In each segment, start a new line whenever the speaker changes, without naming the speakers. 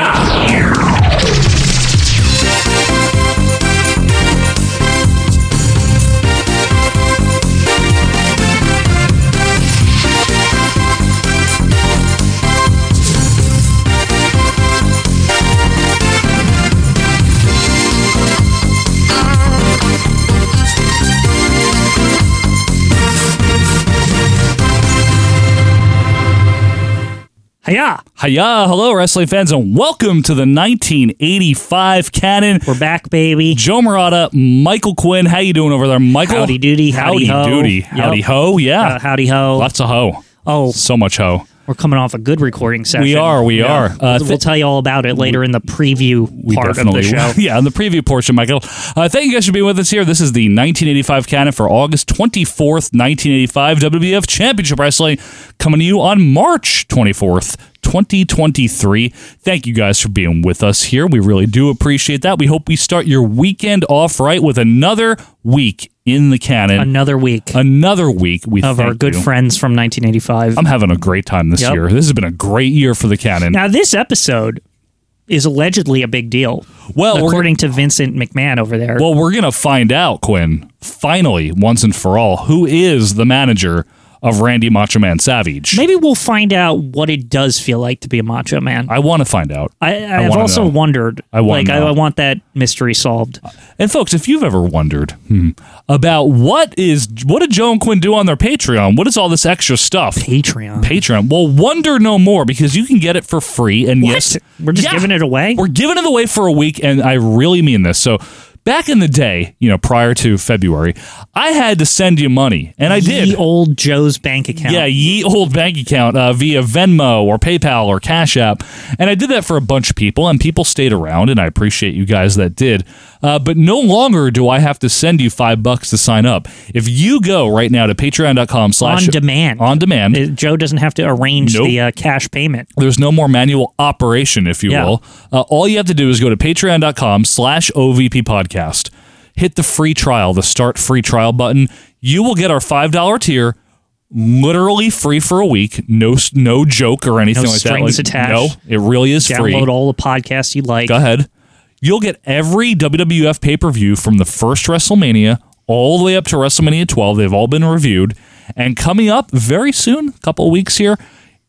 Hiya! Hiya!
Hiya, hello, wrestling fans, and welcome to the 1985 Canon.
We're back, baby.
Joe Murata, Michael Quinn. How you doing over there, Michael?
Howdy doody,
howdy,
howdy ho.
doody,
Yep.
howdy ho. Yeah,
Uh, howdy ho.
lots of ho.
Oh,
So much ho.
we're coming off a good recording session.
We are, we are. Uh,
we'll,
th-
we'll tell you all about it later in the preview
We
part of the
definitely
show.
yeah, on the preview portion, Michael. Uh, thank you guys for being with us here. This is the 1985 Canon for August 24th, 1985 WWF Championship Wrestling coming to you on March 24th. 2023. Thank you guys for being with us here. We really do appreciate that. We hope we start your weekend off right with another week in the canon.
Another week
another week. We
of our
thank
good
you.
friends from 1985.
I'm having a great time this
Yep.
year. This has been a great year for the canon.
now, this episode is allegedly a big deal,
well, we're
according to Vincent McMahon over there.
Well, we're going to find out, Quinn, finally, once and for all, who is the manager of Randy Macho Man Savage.
Maybe we'll find out what it does feel like to be a macho man.
I want to find out.
I, I have
wanna
also
know.
wondered.
I wanna
like I,
know.
I want that mystery solved.
And folks, if you've ever wondered hmm, about what is what did Joe and Quinn do on their Patreon? What is all this extra stuff?
Patreon.
Patreon. Well, wonder no more because you can get it for free. And yes,
We're just
Yeah.
giving it away.
We're giving it away for a week, and I really mean this. So, back in the day, you know, prior to February, I had to send you money, and I did.
The old Joe's bank account.
Yeah, ye old bank account uh, via Venmo or PayPal or Cash App. And I did that for a bunch of people, and people stayed around, and I appreciate you guys that did. Uh, but no longer do I have to send you five bucks to sign up. If you go right now to patreon.com slash
On demand.
on demand,
Uh, Joe doesn't have to arrange
Nope.
the uh, cash payment.
there's no more manual operation, if you
Yeah.
will. Uh, all you have to do is go to patreon.com slash OVP podcast, hit the free trial, the start free trial button. You will get our $5 tier literally free for a week. No, s- no joke or anything like that.
strings
Like,
attached.
No, it really is free.
Download all the podcasts you like.
Go ahead. You'll get every WWF pay per view from the first WrestleMania all the way up to WrestleMania 12. They've all been reviewed. And coming up very soon, a couple of weeks here,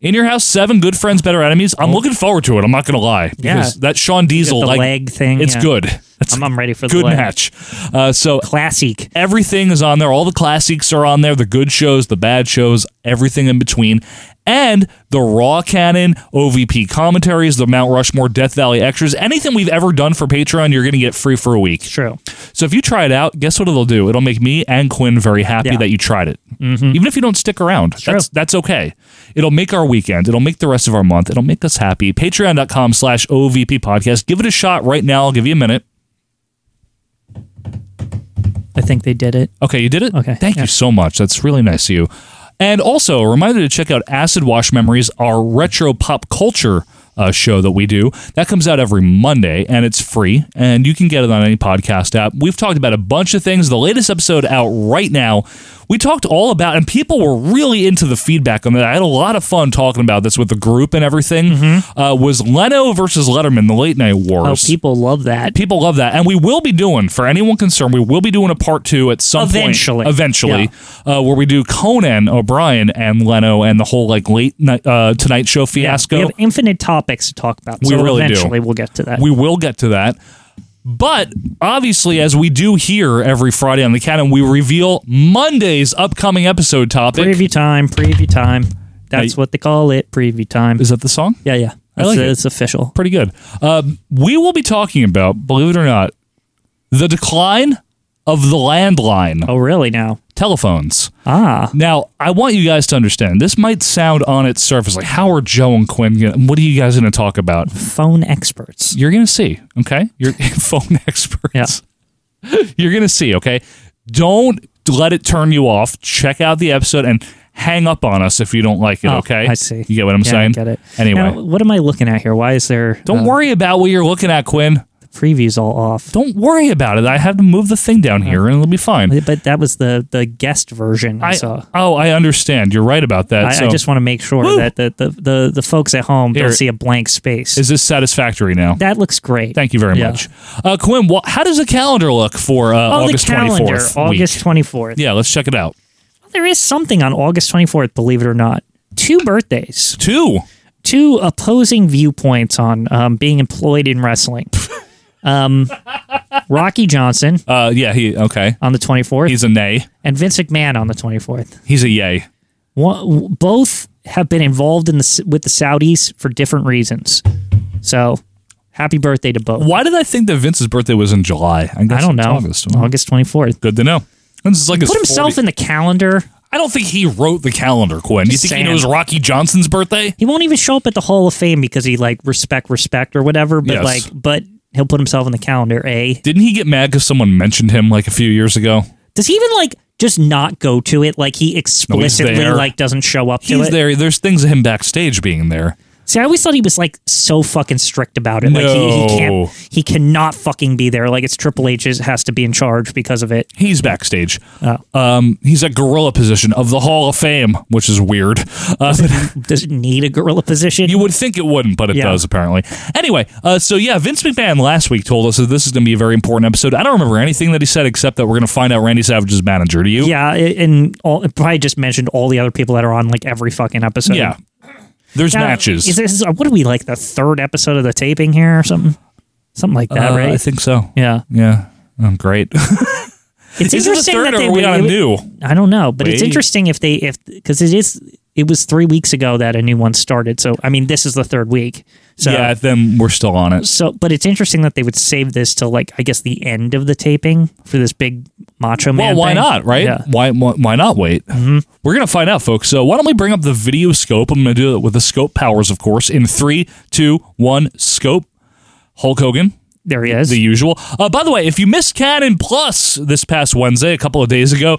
In Your House, Seven Good Friends, Better Enemies.
Oh.
I'm looking forward to it. I'm not going to lie. Because
Yeah.
that Sean Diesel,
the
like,
leg thing,
It's
yeah.
good. It's
I'm, I'm ready for
a
the
good
leg.
match. Uh, so
Classic.
everything is on there. All the classics are on there. The good shows, the bad shows, everything in between. And the Raw Canon, OVP commentaries, the Mount Rushmore, Death Valley extras, anything we've ever done for Patreon, you're going to get free for a week.
True.
So if you try it out, guess what it'll do? It'll make me and Quinn very happy
Yeah. Mm-hmm.
that you tried it. Even if you don't stick around, that's that's okay. It'll make our weekend. It'll make the rest of our month. It'll make us happy. Patreon.com slash OVP podcast. Give it a shot right now. I'll give you a minute.
I think they did it.
Okay, you did it?
Okay,
Thank
yeah.
you so much. That's really nice of you. And also, a reminder to check out Acid Wash Memories, our retro pop culture uh, show that we do. That comes out every Monday, and it's free, and you can get it on any podcast app. We've talked about a bunch of things. The latest episode out right now, we talked all about, and people were really into the feedback on that. I had a lot of fun talking about this with the group and everything. Uh, was Leno versus Letterman, the late night
Mm-hmm. Oh,
wars.
people love that.
People love that, and we will be doing for anyone concerned. We will be doing a part two at some
Eventually.
point, eventually, uh, where we do Conan O'Brien and Leno and the whole like late night uh, Tonight Show fiasco.
We have infinite topics to talk about.
We
so
really do.
eventually we'll get to that.
We will get to that. But obviously, as we do here every Friday on the Canon, we reveal Monday's upcoming episode topic.
preview time. Preview time. That's
Hey.
what they call it. Preview time.
Is that the song?
Yeah, yeah. That's
like
it.
it.
It's official.
Pretty good. Um, we will be talking about, believe it or not, the decline of the landline
Oh, really? Now,
telephones.
ah,
Now, I want you guys to understand. This might sound on its surface like, how are Joe and Quinn? Gonna, what are you guys going to talk about?
phone experts.
You're going to see, okay? You're phone experts.
Yeah.
You're going to see, okay? Don't let it turn you off. Check out the episode and hang up on us if you don't like it,
Oh,
okay?
I see.
You get what I'm
Yeah, I
saying?
get it.
Anyway,
Now, what am I looking at here? Why is there?
don't
uh,
worry about what you're looking at, Quinn.
preview's all off. Uh-huh.
Don't worry about it. I have to move the thing down here and it'll be fine.
But that was the the guest version I,
I,
saw.
oh, I understand. You're right about that.
I,
so
I just want to make sure
Woo!
that the, the, the, the folks at home
Here.
don't see a blank space.
is this satisfactory now?
that looks great.
Thank you very
Yeah.
much. Uh, Quinn, wha how does the calendar look for uh,
Oh,
August
the calendar,
24th?
August
Week?
24th.
Yeah, let's check it out.
There is something on August 24th, believe it or not. Two birthdays,
Two.
two opposing viewpoints on um, being employed in wrestling. um, Rocky Johnson
Uh, yeah, he, okay.
on the 24th
He's a nay.
and Vince McMahon on the 24th.
He's a yay.
One, both have been involved in the S- with the Saudis for different reasons. So, happy birthday to both.
Why did I think that Vince's birthday was in July? I, guess
I don't
it's
know.
August. Well,
August 24th.
Good to know. Vince is like his
Put himself
40
in the calendar.
I don't think he wrote the calendar, Quinn. You
Just
think
saying.
he knows Rocky Johnson's birthday?
He won't even show up at the Hall of Fame because he like respect respect or whatever, but
Yes.
like but he'll put himself in the calendar, eh?
Didn't he get mad because someone mentioned him like a few years ago?
Does he even like just not go to it? Like he explicitly
there.
like doesn't show up to
He's
it.
there. There's things of him backstage being there.
See, I always thought he was like so fucking strict about it. Like he,
No.
he can't he cannot fucking be there. Like it's Triple H is- has to be in charge because of it.
He's backstage. Um, he's at gorilla position of the Hall of Fame, which is weird. Uh, but
Does it need a gorilla position?
you would think it wouldn't, but it
Yeah.
does apparently. Anyway, uh, so yeah, Vince McMahon last week told us that this is going to be a very important episode. I don't remember anything that he said except that we're going to find out Randy Savage's manager. Do you?
yeah, it- and all, it probably just mentioned all the other people that are on like every fucking episode.
Yeah. There's
Now,
matches.
Is this what are we like the third episode of the taping here or something? Something like that,
Uh,
right?
I think so.
yeah.
Yeah. Oh, great.
It's
Is it the
interesting
third
that
or
they
are we
would-
on a
it would-
new?
I don't know, but it's
Wait.
interesting if they if because it is it was three weeks ago that a new one started. So I mean, this is the third week. So
yeah, then we're still on it.
So, but it's interesting that they would save this till like I guess the end of the taping for this big Macho Man.
Well, why
thing.
not, right?
Yeah.
Why, why why not wait?
Mm-hmm.
We're gonna find out, folks. So why don't we bring up the video scope? I'm gonna do it with the scope powers, of course. In three, two, one, scope. Hulk Hogan,
There he is.
the usual. Uh, by the way, if you missed Cannon Plus this past Wednesday, a couple of days ago,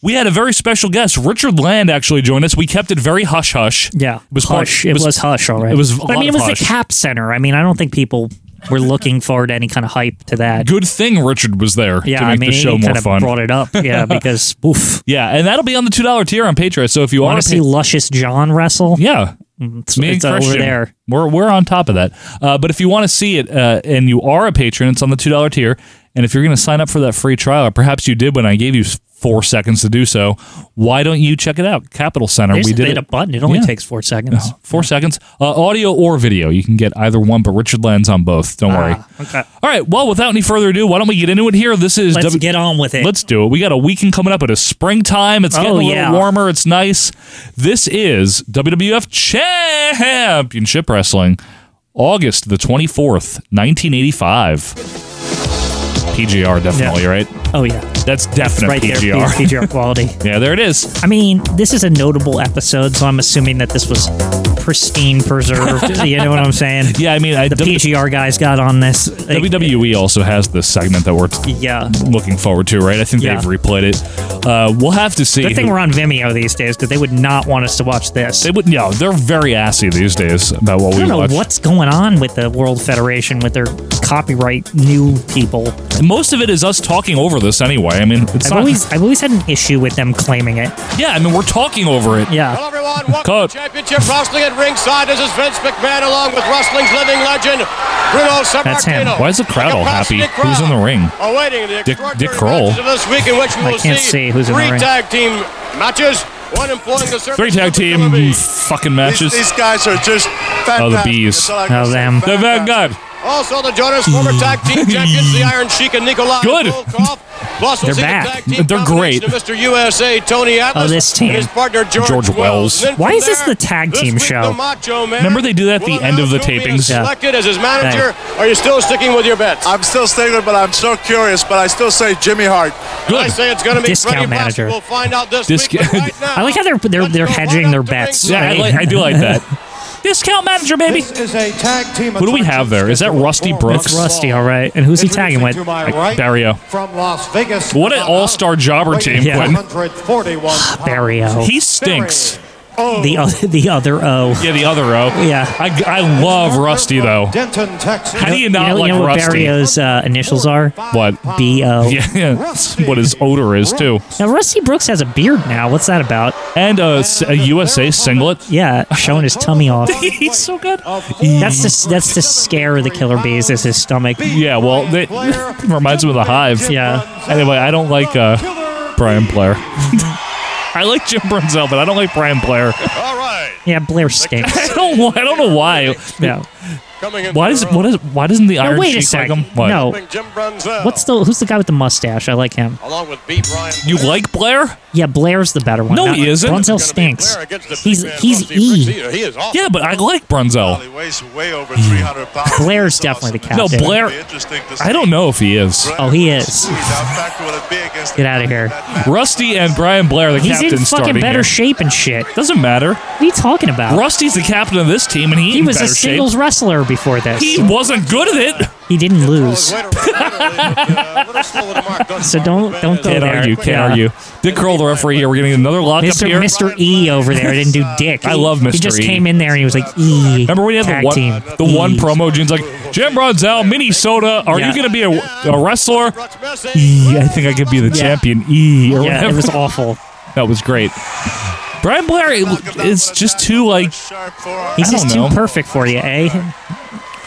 we had a very special guest. Richard Land actually joined us. We kept it very hush hush.
yeah, it
was
hush.
part-
it was, hush. All right,
it was a
But, I
lot
mean, it
of
was
hush.
the Cap Center. I mean, I don't think people were looking forward to any kind of hype to that.
Good thing Richard was there
yeah,
to make
I mean,
the show
he
more
kind of
fun.
brought it up. Yeah, because oof,
yeah, and that'll be on the two dollar tier on Patreon. So if you
want
want
to see luscious John wrestle?
Yeah.
It's,
It's me
it's
and
over
Christian.
there.
We're, we're on top of that. Uh, but if you want to see it uh, and you are a patron, it's on the $2 tier. And if you're going to sign up for that free trial, or perhaps you did when I gave you s- four seconds to do so, why don't you check it out? Capital Center.
They just
we did
hit
it.
a button. It only
Yeah.
takes four seconds.
Four seconds. Uh, audio or video. You can get either one, but Richard Land's on both. Don't worry.
Ah, okay.
Oh. All right. Well, without any further ado, why don't we get into it here? This is
Let's
W-
get on with it.
Let's do it. We got a weekend coming up. It is springtime. It's getting a
Oh,
little
yeah.
warmer. It's nice. This is WWF Championship Wrestling, August the 24th, 1985. PGR, definitely,
Yeah.
right?
oh yeah,
That's definite
right there.
PGR.
PGR quality.
yeah, there it is.
I mean, this is a notable episode, so I'm assuming that this was pristine preserved. you know what I'm saying?
Yeah, I mean, I,
The
W-
PGR guys got on this. Like,
WWE also has this segment that we're
yeah.
looking forward to, right? I think
Yeah.
they've replayed it. Uh, we'll have to see.
Good
who-
thing we're on Vimeo these days because they would not want us to watch this.
they would, yeah, they're very assy these days about what
I
we
don't know
watch.
what's going on with the World Federation with their copyright new people.
Most of it is us talking over this anyway. I mean, it's
I've
not,
always I've always had an issue with them claiming it.
Yeah, I mean, we're talking over it.
Yeah.
Hello, everyone. Welcome
Cut.
to Championship Wrestling at ringside. This is Vince McMahon along with wrestling's living legend, Bruno
That's him.
Sammartino.
Why is the crowd all happy?
Capacity crowd Oh,
Who's in the ring?
Awaiting the
Dick-
extraordinary
Dick Kroll.
matches of this week in which we
I
will
can't see who's in the
three
ring.
tag team matches. One employing the
Three tag team fucking matches.
These, these guys are just fantastic.
Oh, the bees.
That's all I can
Oh
say.
them.
The Vanguard.
Also, the Jonas former tag team champions, the Iron Sheik and Nikolai
Good.
Volkov. Plus, we'll
They're
see the
back.
tag team
They're
combination
great.
of Mr. USA Tony Atlas.
Oh, this team.
And his partner George,
George Wells.
And then
Why
from
is this
there,
the tag
this
team
week,
show?
the Macho Man
Remember they do that at the
will
end of the
announce who he
tapings?
is
Yeah.
Selected as his manager. Are you still sticking with your bets?
I'm still staying with, but I'm so curious. But I still say Jimmy Hart.
I
Good.
say it's going to be
Discount
Freddie Blassie.
manager.
We'll find out this
Discount-
week. but Right now,
I like how they're they're
let's
they're
go right
hedging
up
their
to
bets.
ringside.
Yeah, I, like,
right?
I do like that. Discount manager, baby.
This is a tag team.
Who do we have there? Is that Rusty Brooks?
Rusty, all right. And who's he tagging with?
Barrio.
From Las Vegas.
Uh-huh.
What an all-star jobber team,
Yeah.
Quinn.
Quinn.
Barrio.
He stinks.
the o- the other uh, O.
Yeah, the other row.
Yeah.
I, I love Rusty though.
Denton, Texas.
How do you
You
not
know,
like
you know what
Rusty?
Barrio's uh, initials are?
What?
B O.
Yeah, yeah, that's what his odor is too.
Now Rusty Brooks has a beard now. What's that about?
And a, s- a USA singlet.
Yeah, showing his tummy off.
He's so good.
That's to that's to scare the killer bees. Is his stomach?
Yeah, well, they, reminds me of the Hive.
Yeah.
Anyway, I don't like uh, Brian Blair. I like Jim Brunzel, but I don't like Brian Blair.
All right.
Yeah, Blair stinks.
I don't. wa- I don't know why.
No.
Coming in.
Why does? What is? Why doesn't the Iron
wait a
Sheik like
second.
him? What?
No.
Jim Brunzel.
What's the who's the guy with the mustache? I like him.
Along with B. Brian.
You like Blair?
Yeah, Blair's the better one.
No,
Not-
he isn't.
Brunzel
It's gonna be
stinks.
Blair against the big
He's
man,
he's
Rusty
E.
Fritz. He is awful.
Yeah, but I like Brunzel.
He weighs way over 300 pounds.
Blair's definitely the
No,
captain.
Blair.
Interesting to
I don't know if he is.
Oh, he is. Get
Get
outta here.
Rusty and Brian Blair, the
He's
captain,
in fucking
starting
better
here.
shape and shit.
Doesn't matter.
What are you talking about?
Rusty's the captain of this team, and he,
he
in
was a
better shape.
singles wrestler before this.
He wasn't good at it.
He didn't lose. So
so
don't- don't go
Can't
there.
argue. Can't
Yeah.
argue. Dick Curl, the referee here. We're getting another lock
Mr.
up here.
Mr. E over there didn't do dick.
I love
He just
Mr. E.
came in there and he was like E.
Remember when he had
tag
the one,
team.
the
E.
one promo? Gene's like, Jim Brunzel, Minnesota. Are
Yeah.
you going to be a, a wrestler? E, I think I could be the
Yeah.
champion. E or
Yeah,
whatever.
it was awful.
that was great. Brian Blair it- is just too like.
He's
I don't
just too
know.
perfect for you, eh?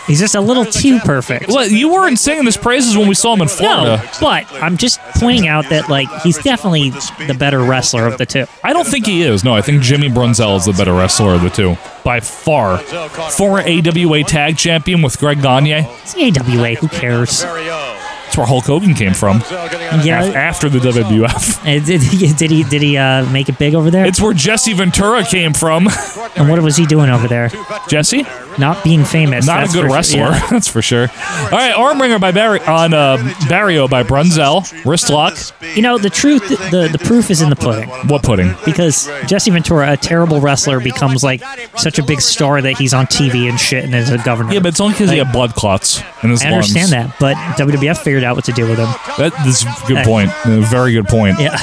He's just a little too perfect.
Well, you weren't singing his praises when we saw him in Florida.
No, but I'm just pointing out that like he's definitely the better wrestler of the two.
I don't think he is. No, I think Jimmy Brunzel is the better wrestler of the two by far. Former AWA Tag Champion with Greg Gagne.
It's the AWA. Who cares?
That's where Hulk Hogan came from.
Yeah.
Af- After the WWF,
Uh, Did he did he, did he uh, make it big over there?
it's where Jesse Ventura came from.
and what was he doing over there?
Jesse,
Not being famous.
not
that's
a good
for
wrestler,
sure. Yeah.
that's for sure. All right, Armbringer by Barry on uh, Barrio by Brunzel, wrist lock.
You know, the truth- the- the proof is in the pudding.
What pudding?
Because Jesse Ventura, a terrible wrestler, becomes like such a big star that he's on TV and shit and is a governor.
Yeah, but it's only because he had blood clots in his
I understand
lungs.
that, but WWF figured out what to do with him.
That that's a good point. A very good point.
Yeah,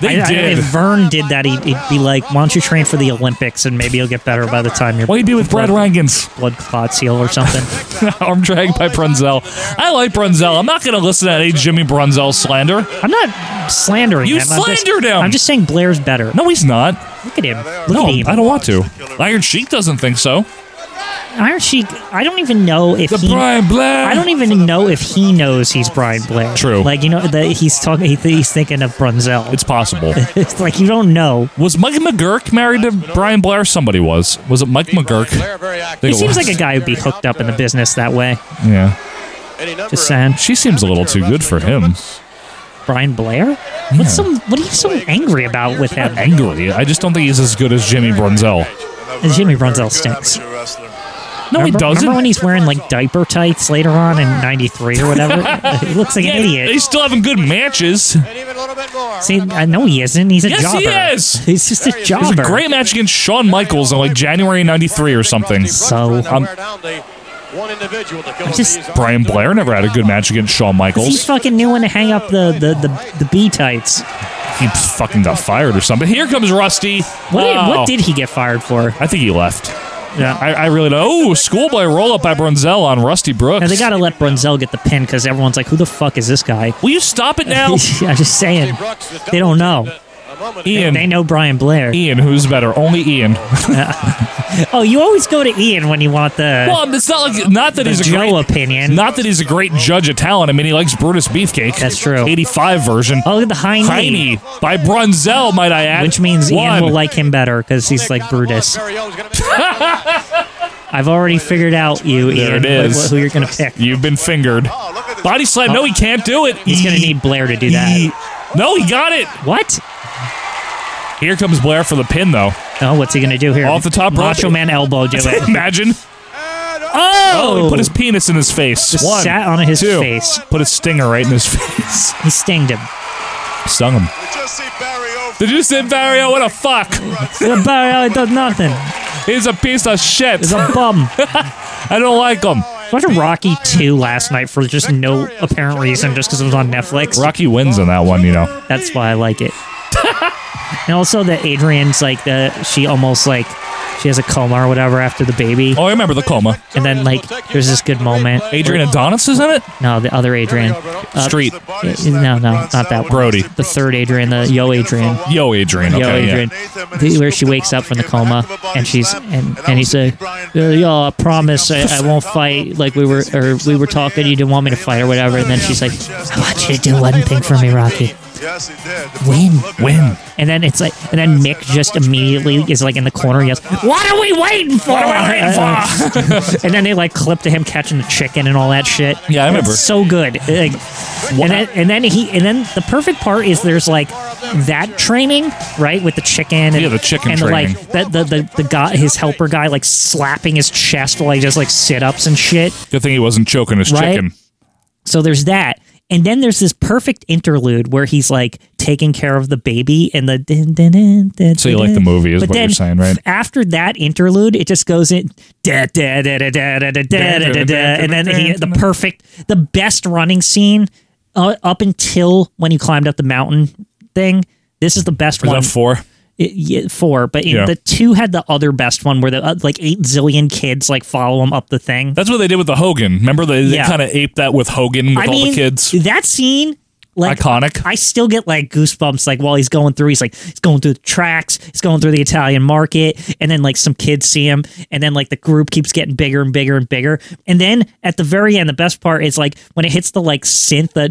They
I- I-
did.
if Vern did that, he'd, he'd be like, "Why don't you train for the Olympics and maybe you'll get better by the time your
what do you do with Brad Rankins?
blood clots heal or something."
Arm drag by Brunzel. I like Brunzel. I'm not going to listen to any Jimmy Brunzel slander.
I'm not slandering
You
him. I'm just-
slandered him!
I'm just saying Blair's better.
No, he's not.
Look at him. Look
No,
at him.
I don't want to. Iron Sheik doesn't think so.
Iron Sheik. I don't even know if
The
he.
Brian Blair.
I don't even know if he knows he's Brian Blair.
True.
Like you know that he's talking. He, he's thinking of Brunzel.
It's possible.
It's like you don't know.
Was Mike McGurk married to Brian Blair? Somebody was. Was it Mike McGurk?
McGurk.
He
It
seems
was.
like a guy who'd be hooked up in the business that way.
Yeah.
Just saying.
She seems a little too good for him.
Brian Blair? What's some? What are you so angry about with him?
Angry. I just don't think he's as good as Jimmy Brunzel.
And Jimmy Brunzel stinks.
No,
remember,
he doesn't.
Remember when he's wearing like diaper tights later on in '93 or whatever? he looks like an idiot.
He's still having good matches.
See, I know he isn't. He's a
Yes,
jobber.
he is!
He's just a
It was
jobber.
a great match against Shawn Michaels in like January '93 or something.
So,
um,
just-
Brian Blair never had a good match against Shawn
he
Michaels.
fucking knew when to hang up the the the, the B tights.
He fucking got fired or something. Here comes Rusty.
What did,
Oh.
what did he get fired for?
I think he left.
Yeah.
I, I really don't. Oh, schoolboy roll up by Brunzel on Rusty Brooks.
Now they gotta let Brunzel get the pin because everyone's like, "Who the fuck is this guy?"
Will you stop it now?
I'm just saying, they don't know.
Ian.
They know Brian Blair.
Ian, who's better? Only Ian.
Oh, you always go to Ian when you want the
Well, it's not like not that
the
he's a
Joe
great,
opinion.
not that he's a great judge of talent. I mean, he likes Brutus Beefcake.
That's true.
Eighty-five version.
oh, look at the high knee,
Tiny by Brunzel, might I add.
which means
One.
Ian will like him better because he's like Brutus. I've already figured out you,
There
Ian,
it is.
who, who you're gonna pick.
You've been fingered. Body slam. No, he can't do it.
He's gonna need Blair to do that.
No, he got it.
What?
Here comes Blair for the pin, though.
Oh, what's he gonna do here?
Off the top rope.
Macho Man elbow. Do it.
Imagine. Oh, he put his penis in his face.
Just
One,
sat on his
two.
face.
Put a stinger right in his face.
He stinged him.
Stung him. Did you say Barrio? What a fuck!
The barrel does nothing.
He's a piece of shit.
It's a bum.
I don't like him.
watching Um, Rocky 2 last night for just no apparent reason, just because it was on Netflix.
Rocky wins in that one, you know.
That's why I like it. And also that Adrian's like the she almost like she has a coma or whatever after the baby.
Oh, I remember the coma.
And then like there's this good moment.
Adrian Adonis is in it?
No, the other Adrian. Uh,
Street.
no, no, not that one.
Brody.
The third Adrian, the yo Adrian.
Yo, Adrian. Okay,
Yo,
yeah.
Adrian, the- where she wakes up from the coma and she's and, and he's like, "Yo, I promise I, I won't fight." Like we were or we were talking, you didn't want me to fight or whatever. And then she's like, "I want you to do one thing for me, Rocky."
Yes, he did.
Win,
Win.
And then it's like, and then Mick just immediately is like "Ah." in the corner. He yells, "What are we waiting for?" and then they like clip to him catching the chicken and all that shit.
Yeah, I remember.
It's so good. Like, and then and then he and then the perfect part is there's like that training right with the chicken. And,
Yeah, the chicken
and
training.
like the the, the the guy his helper guy like slapping his chest while he does like sit ups and shit.
Good thing he wasn't choking his
Right?
chicken.
So there's that. And then there's this perfect interlude where he's like taking care of the baby and the. Din, din, din, din,
So you like
din.
the movie is
But
what you're
then
saying, right?
After that interlude, it just goes in. Da, da, da, da, da, da, da, da, da, da, da, and then he, the perfect, the best running scene uh, up until when he climbed up the mountain thing. This is the best
Was
one.
that four?
It- yeah, four, but in,
Yeah.
the two had the other best one where the uh, like eight zillion kids like follow him up the thing.
That's what they did with the Hogan. Remember they, they
Yeah.
kind of aped that with Hogan with
I
all
mean,
the kids.
That scene, like
Iconic.
I still get like goosebumps, like while he's going through, he's like he's going through the tracks, he's going through the Italian market, and then like some kids see him, and then like the group keeps getting bigger and bigger and bigger, and then at the very end, the best part is like when it hits the like synth, the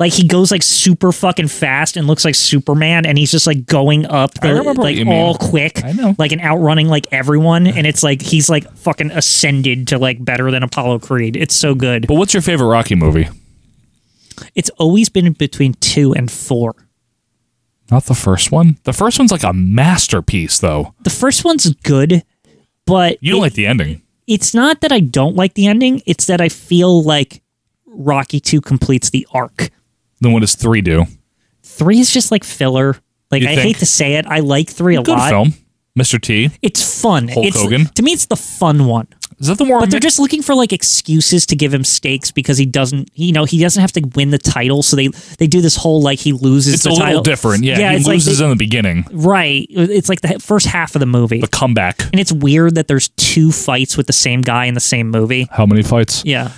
like he goes like super fucking fast and looks like Superman, and he's just like going up, the,
remember what
like
you mean.
all quick,
I know.
like and outrunning like everyone, and it's like he's like fucking ascended to like better than Apollo Creed. It's so good.
But what's your favorite Rocky movie?
It's always been between two and four.
Not the first one. The first one's like a masterpiece, though.
The first one's good, but
You don't
it-
like the ending.
it's not that I don't like the ending. It's that I feel like Rocky Two completes the arc.
Then what does three do?
Three is just like filler. Like
You
I
think?
hate to say it, I like three a
Good
lot.
film. Mr. T.
It's fun.
Hulk
it's
Hogan.
to me, it's the fun one.
Is that the one?
But they're just looking for like excuses to give him stakes because he doesn't, you know, he doesn't have to win the title. So they they do this whole like he loses
It's a
the
little
title.
different. Yeah, he
it's
loses
like
in the beginning.
they- right. It's like the first half of the movie.
The comeback.
And it's weird that there's two fights with the same guy in the same movie.
How many fights?
Yeah.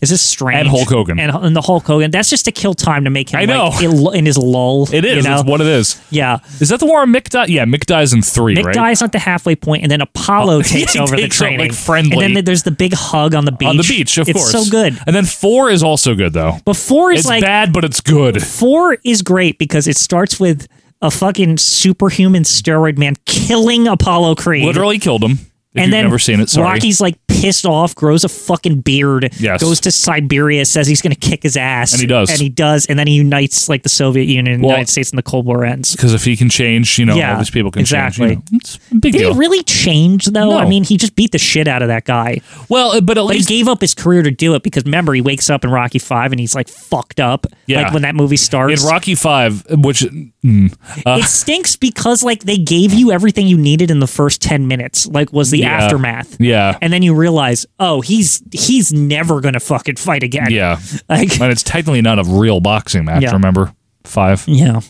Is this strange?
And Hulk Hogan.
And, and the Hulk Hogan. That's just to kill time to make him
I
like,
know.
ill- in his lull.
It is.
You know?
It's what it is.
yeah.
Is that the one where Mick dies? Yeah, Mick dies in three,
Mick
right?
dies at the halfway point, and then Apollo
Oh,
takes
he
over the
takes up, like,
training.
friendly.
And then there's the big hug on the beach.
On the beach, of
it's
course.
so good.
And then four is also good, though.
But four is
It's
like
bad, but it's good.
four is great because it starts with a fucking superhuman steroid man killing Apollo Creed.
Literally killed him. If
and
you've
then
never seen it, sorry.
Rocky's like pissed off, grows a fucking beard,
Yes.
goes to Siberia, says he's going to kick his ass,
And he does.
and he does, and then he unites like the Soviet Union and
Well-
the United States, and the Cold War ends.
because if he can change, you know,
Yeah,
all these people can
exactly.
change. You know, it's a big
Did
deal.
he really change though?
No.
I mean, he just beat the shit out of that guy.
well, uh, but at
But he
least
gave up his career to do it because remember he wakes up in Rocky Five and he's like fucked up.
Yeah.
Like when that movie
in
starts,
Rocky Five, uh, which mm,
it stinks because like they gave you everything you needed in the first ten minutes. Like was the
Yeah.
aftermath.
yeah,
And then you realize, oh, he's he's never gonna fucking fight again.
yeah,
Like
and it's technically not a real boxing match.
Yeah.
Remember five,
Yeah.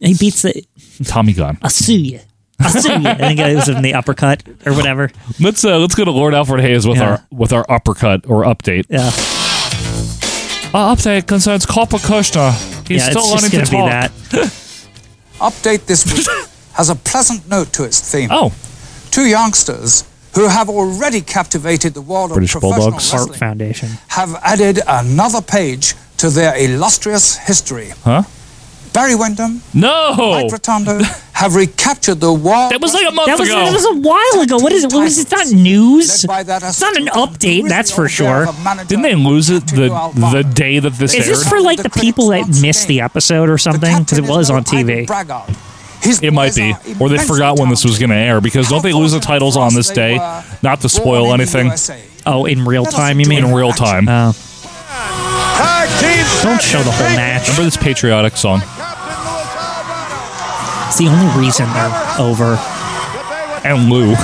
He beats the
Tommy Gun.
I sue you. I sue you. I think it was in the uppercut or whatever.
Let's uh, let's go to Lord Alfred Hayes with
Yeah.
our with our uppercut or update.
Yeah.
Our update concerns Copper Kushner. He's
yeah,
still
it's
learning
just
to
gonna
talk.
be that.
update this week has a pleasant note to its theme.
Oh,
Two youngsters who have already captivated the world
British
of professional
Bulldogs.
Art
wrestling
Foundation.
have added another page to their illustrious history.
huh?
Barry Windham,
No,
Mike Rotondo have recaptured the world.
that was like a month
That was,
ago.
that was a while ago. What is it? What is it? It's not news.
Led by that
It's not an
astute
update,
and
that's for
grizzly old bear
sure.
of a manager,
Didn't they lose it the
Antonio Alvaro.
the day that this
Is
aired?
this for like the people that missed the episode or
The
something? Because
captain
it
is
was
no
on
idle
TV.
braggart. His
It
boys
might
are
be. Or they
immensely
forgot when this was
talented.
going to air because don't they lose the titles on this day? Not to spoil
Born in the
anything.
USA.
Oh, in real
Let us
time, you mean?
In real time.
Oh,
Tag team
don't show the whole match.
Remember this patriotic song?
It's the only reason they're over.
And Lou.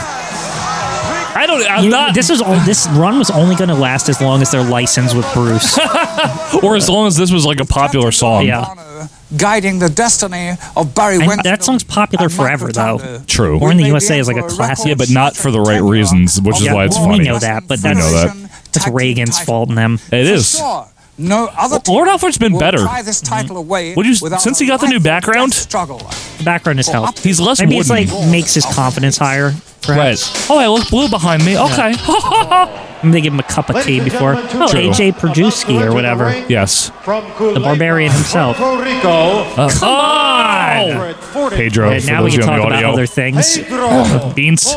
I don't. I'm
You-
not.
this was all. This run was only going to last as long as their license with Bruce.
or as long as this was like a popular song.
Yeah.
Bono Thunder guiding the destiny of Barry
I-
Windsor.
that song's popular
and Mike
forever, though.
Rotundo.
True.
Born in the
Maybe
USA is like a
for
classic.
record
Yeah,
but not for the right
tenure
reasons, which is
of
why it's
Lord
funny.
We know that, but
Western
know
that's,
that.
Federation
that's
tag
Reagan's
team
fault in
title.
them.
It
For
is.
sure, no other. team
Lord Alfred's been
will
better.
Pry this title away
Would you-
without
since
a
he got the new
life-and-death
background?
struggle.
The background has helped.
He's less
Maybe it's like
wooden.
makes his confidence higher. Perhaps.
Right. Oh, I look blue behind me. Okay.
Maybe they give him a cup of tea before. Oh,
True.
AJ Perjewski or whatever.
yes.
The Barbarian himself.
Puerto Rico,
Uh, Come
on!
Pedro.
And
for
now we
those who
can talk
have the
about
audio.
other things.
Beans.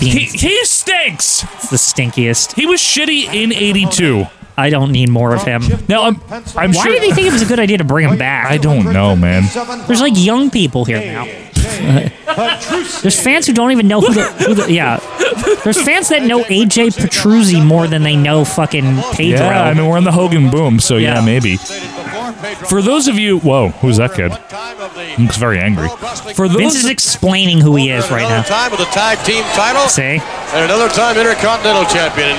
He,
Beans,
he stinks.
the stinkiest.
He was shitty in '82.
I don't need more of him.
Now I'm. I'm
Why
sure.
did they think it was a good idea to bring him back?
I don't know, man.
There's like young people here now. There's fans who don't even know who the, who the yeah. There's fans that know AJ Petruzzi more than they know fucking Pedro.
Yeah, I mean we're in the Hogan boom, so yeah,
Yeah.
maybe. For those of you, whoa, who's that kid? Looks very angry. For those,
Vince is explaining who he is right
another
now.
time with a tag team title
See,
and another time Intercontinental Champion.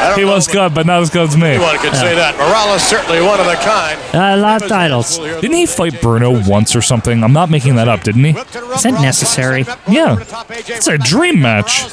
I don't
he
know
was
if
good, but now this goes me.
Anyone could say that. Morales certainly one of the kind.
Uh, a lot of titles.
Didn't he fight Bruno once or something? I'm not making that up, didn't he?
Is that necessary?
Yeah. It's a dream match.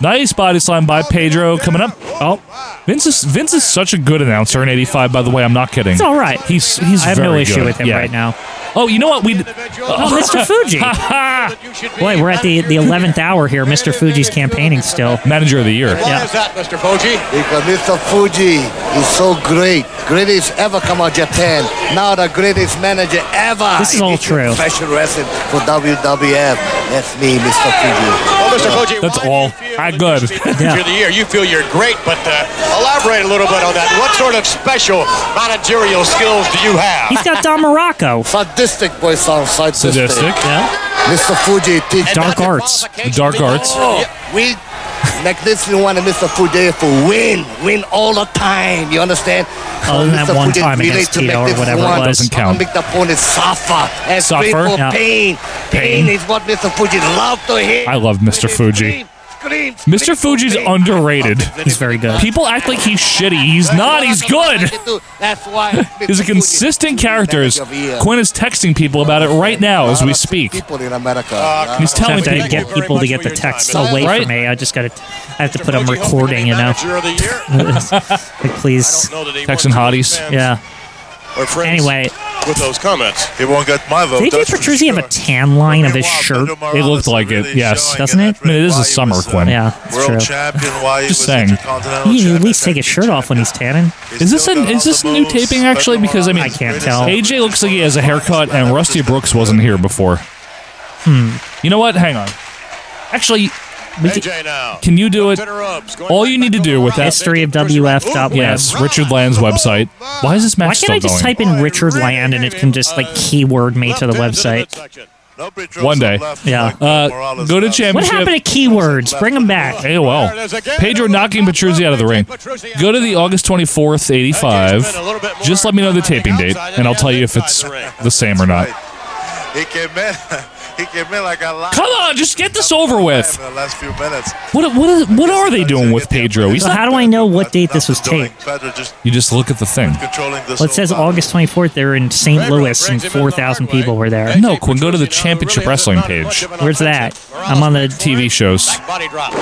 Nice body slam by Pedro coming up. Oh, Vince is Vince is such a good announcer in '85. By the way, I'm not kidding.
It's all right.
He's he's
I have
very
no issue
good.
with him
Yeah.
right now.
Oh, you know what we?
Oh, Mr. Fuji. Ah. Boy, we're at the the eleventh hour here. Mr. Fuji's campaigning still.
Manager of the year.
Why is that, Mr. Poggi?
Because Mr. Fuji is so great, greatest ever come out of Japan. Now the greatest manager ever.
This is
in
all true.
Professional wrestling for WWF. That's me, Mr. Fuji.
Well, Mr. Poggi,
That's
why do
all.
you feel
Ah,
that
good.
you should be
Yeah.
manager of the year. You feel you're great, but uh, elaborate a little bit on that. What sort of special managerial skills do you have?
He's got Don Morocco.
Sadistic boy sounds sadistic.
Sadistic.
Yeah.
Mr. Fuji teach
Dark arts.
Dark arts.
We magnificent one and Mr. Fuji for win, win all the time. You understand?
Oh,
Other than that
Mr.
one
Fuji
time
relate
against
to
Tito or
Magnificent
whatever it
One.
was.
Doesn't count.
Make the opponent suffer and
Suffer?
scream for
Yeah.
pain. pain. is what Mr. Fuji love to hear.
I love Mr. Fuji.
Scream, scream,
Mr.
scream
Fuji's
for pain.
underrated.
He's very good.
People act like he's shitty. He's not. He's good.
That's why
He's a
Mr. Fuji
consistent
is
character.
manager of the year.
Quinn is texting people about it right now as we
Honest
speak.
People in America.
He's telling
have to
people.
get
Thank you
people to
very
get
much
the
for your
texts
time.
away
Right.
from me. I just gotta, I have to
Mr.
put on
Poggi, hopefully
recording,
the
you know.
Manager of the year.
Like, please,
Know that he
Texan
works with
hotties.
fans
yeah.
Or friends
Anyway,
with those comments.
He won't get my vote.
did AJ
that's for
Petruzzi have
sure.
a tan line of his shirt?
It looked like it, yes.
Doesn't it?
I mean, it is a summer, Quinn.
Yeah, it's
World
true.
champion, why he
Just
was
saying.
Intercontinental
He should at
champion,
least take his shirt off when he's tanning.
He's
Is this
still
an
got
is
all
this
the
a new
moves,
taping actually? Because I mean,
I can't tell.
AJ looks like he has a haircut, and Rusty Brooks wasn't here before. Hmm. You know what? Hang on. Actually, we can-
AJ now.
can you do it?
To the rubs, going
All
right
you
back
need to
over
do
Morales.
with that.
History of WF.
Yes, Richard Land's website. Why is this match
Why can't I
still
just
going?
type in Richard Land and it can just like keyword me to the website?
Nobody draws
One
the
day.
left
Yeah.
like
Uh,
Morales
go to
does.
champ-
What happened to keywords? Bring them back.
AOL. Pedro knocking Petruzzi out of the ring. Go to the August 24th, 85. Just let me know the taping date, and I'll tell you if it's the same or not.
He came in. He came in like a lot.
Come on, just get this over with.
In the last few minutes.
What what what are they doing with Pedro? He's
So
not,
how do I know what
But
date this
now
was
doing
taped?
better just
you just look at the thing.
controlling this
Well, it says
whole
August 24th. They're in St. Louis, and 4,000 people were there.
No, Quinn, go to the Championship Wrestling page.
Where's that? I'm on the
TV shows.
Body drop.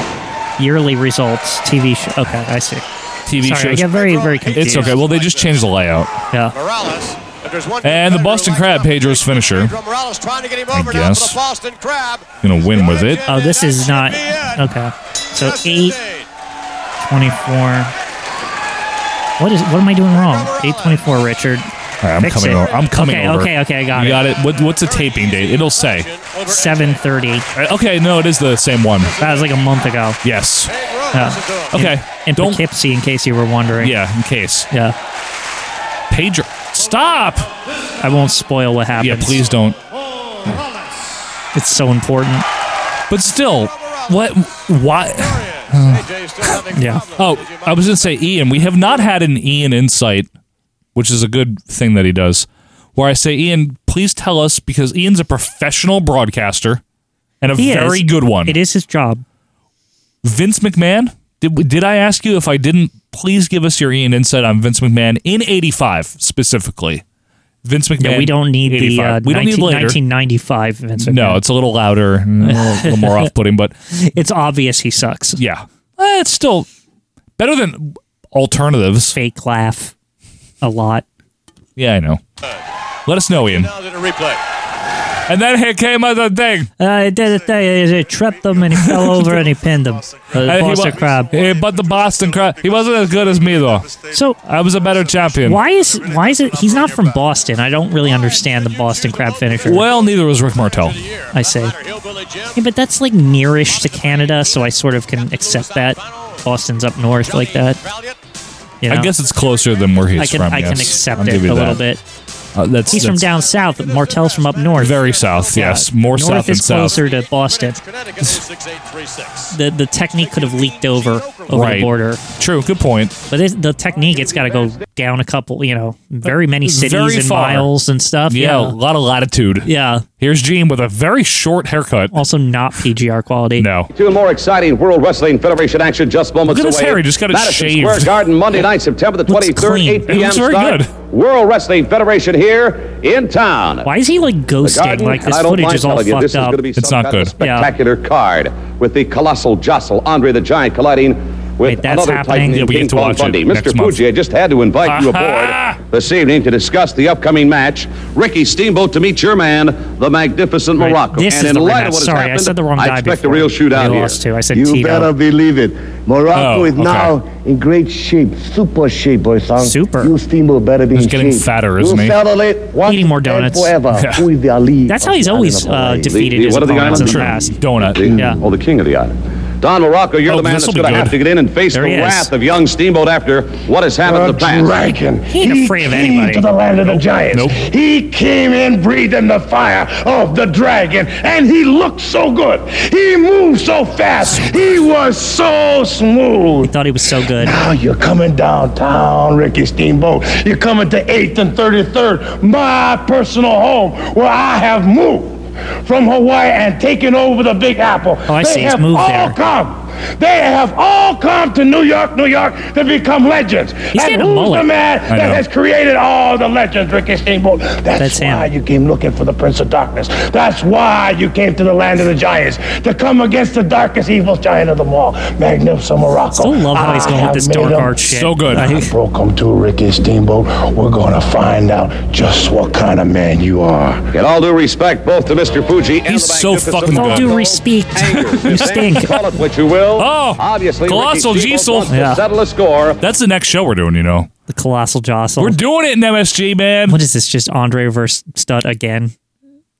yearly results TV show. Okay, I see.
TV
Sorry, I
shows.
get very, very confused.
It's okay. Well, they just changed the layout.
Yeah.
Morales. If there's one
And the
competitor who
Boston
likes
Crab,
to-
Pedro's finisher.
Pedro Morales trying to get him over now
guess.
for the Boston Crab.
Gonna win with it.
Oh, this is not. Okay. So
That's
eight
insane.
twenty-four. What is? What am I doing wrong? Eight twenty-four, Richard.
All right, I'm
Fix
coming.
it.
Over. I'm coming
Okay,
over.
okay, okay, I got
you
it.
Got it. What, what's the taping date? It'll say.
Over
Seven thirty.
Uh, Okay, no, it is the same one.
That was like a month ago.
Yes.
Dave Rose
Yeah.
is doing-
Okay.
In
Don't.
Poughkeepsie, in case you were wondering.
Yeah, in case
Yeah.
Pedro. Stop.
I won't spoil what happens.
Yeah, please don't.
It's so important.
But still, what? Why?
AJ is still having
Uh. Yeah.
Oh,
problems, as you might
I was going to say, Ian, we have not had an Ian insight, which is a good thing that he does, where I say, Ian, please tell us, because Ian's a professional broadcaster and a
He is.
very good one.
It is his job.
Vince McMahon, did, we- did I ask you if I didn't? Please give us your Ian insight on Vince McMahon in 85 specifically. Vince McMahon.
Yeah, we don't need the
85.
uh,
we don't
19- 19-
need later.
1995 Vince McMahon.
No, it's a little louder, and a little- a little more off-putting, but
it's obvious he sucks.
yeah, Eh, it's still better than alternatives.
Fake laugh a lot.
Yeah, I know. Let us know, Ian.
Now to the replay.
And then here came other thing.
Uh, it did it, it, it tripped him and he fell over and he pinned him. Uh,
And he
Buster
wa-
Crab.
eh, but the Boston crab, he wasn't as good as me though.
So
I was a better champion.
why is why is it? He's not from Boston. I don't really understand the Boston Crab finisher.
Well, neither was Rick Martel.
I say.
Hillbilly Jim.
Yeah, but that's like nearish to Canada, so I sort of can accept that. Boston's up north like that.
Valiant.
You know?
I guess it's closer than where he's
I can
from.
I
yes.
can accept
I'll
it
give you
a
that.
little bit.
Uh, that's
He's from
that's
down south. Martel's from up north.
very south.
Yeah.
Yes, more
north
south
is
than south.
closer to Boston.
Connecticut is 6836.
The the technique could have leaked over over
Right.
the border,
True. Good point.
but it's, the technique it's got to go down a couple. You know, very many cities
Very
and
far.
miles and stuff.
Yeah, a
Yeah,
lot of latitude.
yeah.
Here's Gene with a very short haircut.
Also, not PGR quality.
No.
Two more exciting World Wrestling Federation action just moments
Look at his
away.
hair, he just got it
Madison
shaved.
Square Garden, Monday night, September the
Looks
23rd,
clean.
8
It
p.m.
looks very
start.
good.
World Wrestling Federation here in town.
Why is he like ghosting? Like this
I don't
footage
mind
is all
telling you, this
fucked
is
up.
gonna be
It's
some
not
kind of
good.
Yeah.
Spectacular card with the colossal jostle, Andre the Giant colliding with
Wait, that's
another
happening?
Titan,
Yeah,
we get
King
to
Kong
watch it
Bundy.
next
Mr.
month.
Pucci, I just had to invite you
Aha!
aboard this evening to discuss the upcoming match. Ricky Steamboat to meet your man, the magnificent
Right,
Morocco.
this
and
is
in
the
light
rematch.
of what has
Sorry, I
happened,
said the wrong guy
I expect
before.
a real shootout
We
here.
lost to. I said
You
Tito.
better believe it. Morocco
Oh,
is
okay.
now in great shape, super shape, boy song.
Super.
You steamboat better be
He's
in
getting
shape.
fatter, isn't
You'll
he?
settle it once
Eating more
and
donuts.
Forever.
Yeah.
Who is the Ali?
That's
of
how he's
the
always
island of
uh,
Hawaii?
defeated
The-
his
what are the
opponents in the
islands?
past.
Donut.
Yeah.
Oh, the king of the island. Don Morocco, you're
Oh,
the man that's
this'll be
going to
good.
have to get in and face
There
the
he is.
wrath of young Steamboat after what has happened in the past.
dragon.
He ain't afraid of
came
anybody.
To the land of the giants.
Nope.
He came in breathing the fire of the dragon, and he looked so good. He moved so fast. He was so smooth.
Thought he was so good.
Now you're coming downtown, Ricky Steamboat. You're coming to 8th and 33rd, my personal home, where I have moved from Hawaii and taken over the Big Apple.
Oh, I
they
see. He's
have
moved
all
there.
come. They have all come to New York, New York, to become legends.
getting
and
a
who's
mullet.
the man
I know.
that has created all the legends, Ricky Steamboat? That's,
That's him.
why you came looking for the Prince of Darkness. That's why you came to the land of the giants to come against the darkest evil giant of them all, Magnificent Morocco.
Still love how he's going with this dark art shit.
So good.
I-
I broke him to Ricky Steamboat. We're gonna find out just what kind of man you are.
In all due respect, both to Mr. Fuji and
He's
the
so
magnificent
fucking
All
good.
due respect,
Angers,
you
if they
stink.
Call it what you will.
Oh,
obviously,
colossal
Ricky Steamboat
Diesel.
wants to
Yeah.
Settle a score.
That's the next show we're doing, you know.
The colossal jostle.
We're doing it in MSG, man.
what is this? Just Andre versus Stud again?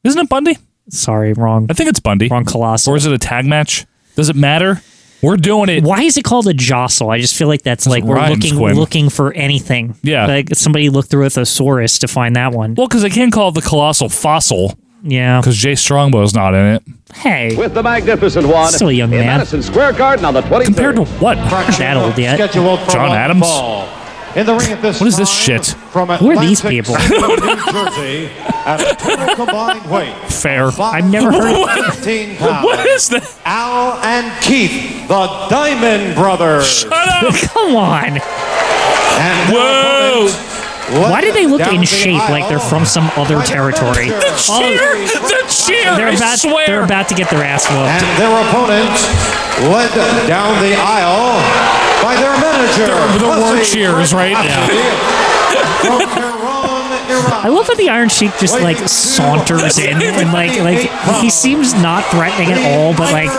Isn't it Bundy?
Sorry, wrong.
I think it's Bundy.
Wrong colossal.
Or is it a tag match? Does it matter? We're doing it.
Why is it called a jostle? I just feel like that's like we're
rhymes,
looking
Quinn.
looking for anything.
Yeah.
like somebody looked through a thesaurus to find that one.
Well, because I can't call it the colossal fossil
Yeah.
because Jay Strongbow's not in it.
Hey,
With the magnificent one.
Still a young
in
man.
Madison Square Garden on the 23rd.
Compared to what?
not that old yet.
Scheduled for
John
one
Adams?
fall. In the ring at this
What is this
time,
shit?
From
Who are these
Atlantic
people?
City, New Jersey, at a total combined weight of
Fair.
I've never heard. of-
15 pounds.
What is that?
Al and Keith, the Diamond Brothers.
Come on.
And their
Whoa.
opponent,
Why do they look
down
in
the
shape like they're
aisle.
from some other
Right
territory?
there.
All-
Cheer! The cheer!
They're
I
about,
swear.
they're about to get their ass whooped.
And their opponent led down the aisle by their manager.
They're- they're war
Fuzzy
cheers, right?
From Tehran, Iran.
I love how the Iron Sheik just like saunters in and like like he seems not threatening at all, but like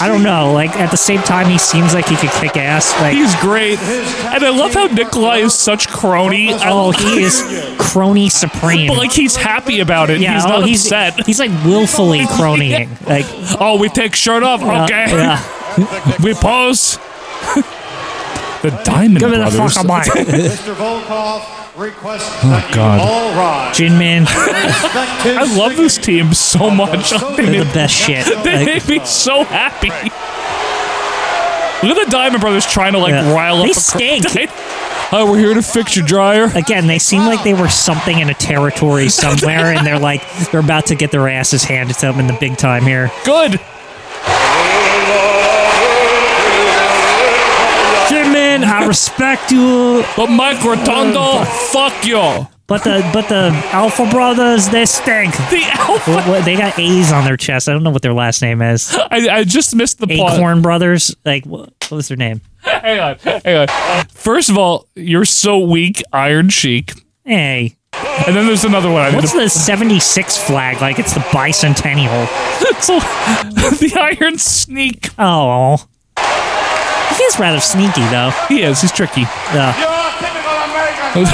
I don't know, like at the same time he seems like he could kick ass. Like
He's great. And I love how Nikolai is such crony.
oh, he is crony supreme.
But like he's happy about it.
yeah,
he's
oh,
not
he's
upset.
he's like willfully cronying. Like
Oh, we take shirt off.
uh,
okay.
yeah.
We pose. the Diamond
give me the
Brothers. Oh,
fuck a mic,
Mr. Volkov requests that you
God.
all rise.
Jin Man.
I
I
love this team so much. They
They're
make,
the best shit.
they
Like,
make me so happy. Look at the Diamond Brothers trying to like
Yeah.
rile up.
They
a cr-
stink.
oh, we're here to fix your dryer.
again, they seem like they were something in a territory somewhere, and they're like they're about to get their asses handed to them in the big time here.
Good.
Jin Man, I respect you.
But Mike Rotondo, fuck you.
Uh, But the but the Alpha Brothers, they stink.
The Alpha.
What- what- they got A's on their chest. I don't know what their last name is.
I, I just missed the plot.
Acorn Brothers. Like what, what was their name?
Hang on, hang on. First of all, you're so weak, Iron Sheik.
Hey,
And then there's another one. I need
what's
to,
the '76 flag? Like it's the bicentennial.
the Iron Sneak.
Oh, he is rather sneaky though.
He is. He's tricky.
Yeah.
the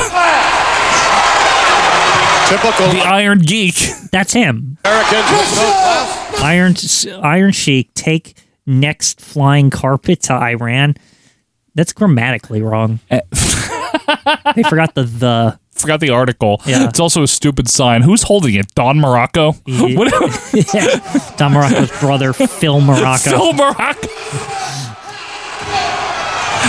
Typical
Iron Geek.
That's him.
Americans with no class.
Iron Iron Sheik take next flying carpet to Iran. That's grammatically wrong.
Eh.
they forgot the the.
Forgot the article.
Yeah.
It's also a stupid sign. Who's holding it? Don Morocco.
Yeah.
What?
Don Morocco's brother, Phil Morocco.
Phil Morocco.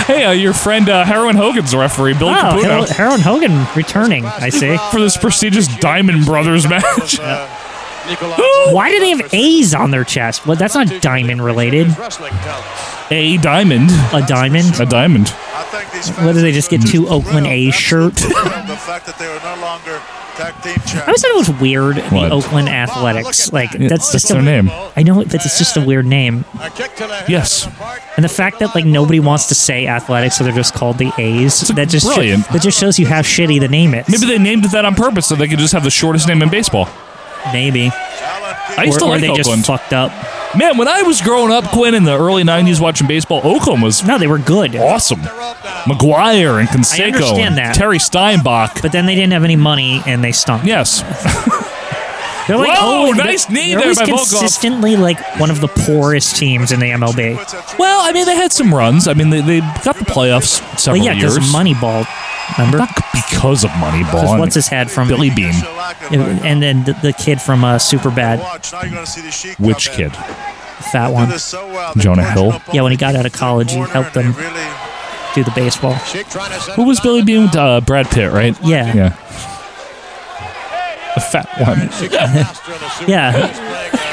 Hey, uh, your friend uh, Heroin Hogan's referee, Bill
Oh,
Caputo,
Har- Harold Hogan returning. I see.
for this prestigious Diamond Brothers match.
Why do they have A's on their chest? Well, that's not diamond related.
Wrestling talents.
a diamond.
A diamond.
A diamond.
I think these fans
Whether they just get two
are
Oakland A's
thrilled,
shirt.
absolutely thrilled the fact that they are no longer tag team
I always
champs.
thought it was weird. The
What?
Oakland Athletics. Like that's
That's
just
their
a,
name.
I know, but it's just a weird name.
A kick to the head
Yes.
and a part-
And the fact that like nobody wants to say athletics, so they're just called the A's. That just sho-
brilliant.
that just shows you how shitty the name is.
Maybe they named it that on purpose so they could just have the shortest name in baseball.
Maybe.
Alan Key-
I
Or,
used to
or
like
they
Oakland.
just fucked up.
Man, when I was growing up, Quinn, in the early 90s watching baseball, Oakland was
No, they were good.
awesome.
They're up now.
McGuire and Conseco
understand
and
that.
Terry Steinbach.
But then they didn't have any money and they stunk.
Yes.
They're oh,
Whoa,
they're-
nice knee
they're
there
always
by Volkov.
consistently like one of the poorest teams in the MLB.
Well, I mean, they had some runs. I mean, they, they got the playoffs
But
several
yeah, because
years.
Moneyball, remember?
Not because of Moneyball.
Because what's his head from
Billy Bean.
and then the, the kid from uh, Superbad,
Watch, now you're gonna see the Sheik
Which
come in.
kid?
fat one,
Did this so well.
Jonah
They
Hill?
torched up
Yeah, when he got out of college, he
corner
helped
and
them.
they really-
do the baseball.
Chick trying to set
Who was
it
Billy
up.
Bean? Uh, Brad Pitt, right?
Yeah.
Yeah. The fat one.
She got faster in the Super
Yeah.
Bowl display there.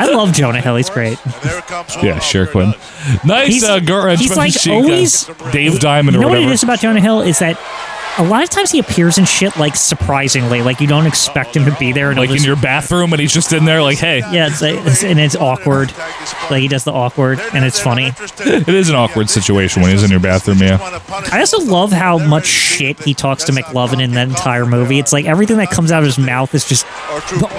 I love Jonah Hill. He's great.
and there comes
Yeah,
Willow.
sure,
Here it
Quinn.
is.
Nice
He's-
uh, girl.
he's like always-
Dave Diamond
You
or
know what
whatever.
it is about Jonah Hill is that a lot of times he appears in shit like surprisingly, like you don't expect him to be there, and
like
he'll
in
just-
your bathroom, and he's just in there, like, hey,
yeah, it's, like- it's and it's awkward. Like he does the awkward, and it's funny.
It is an awkward situation when he's in your bathroom, yeah.
I also love how much shit he talks to McLovin in that entire movie. It's like everything that comes out of his mouth is just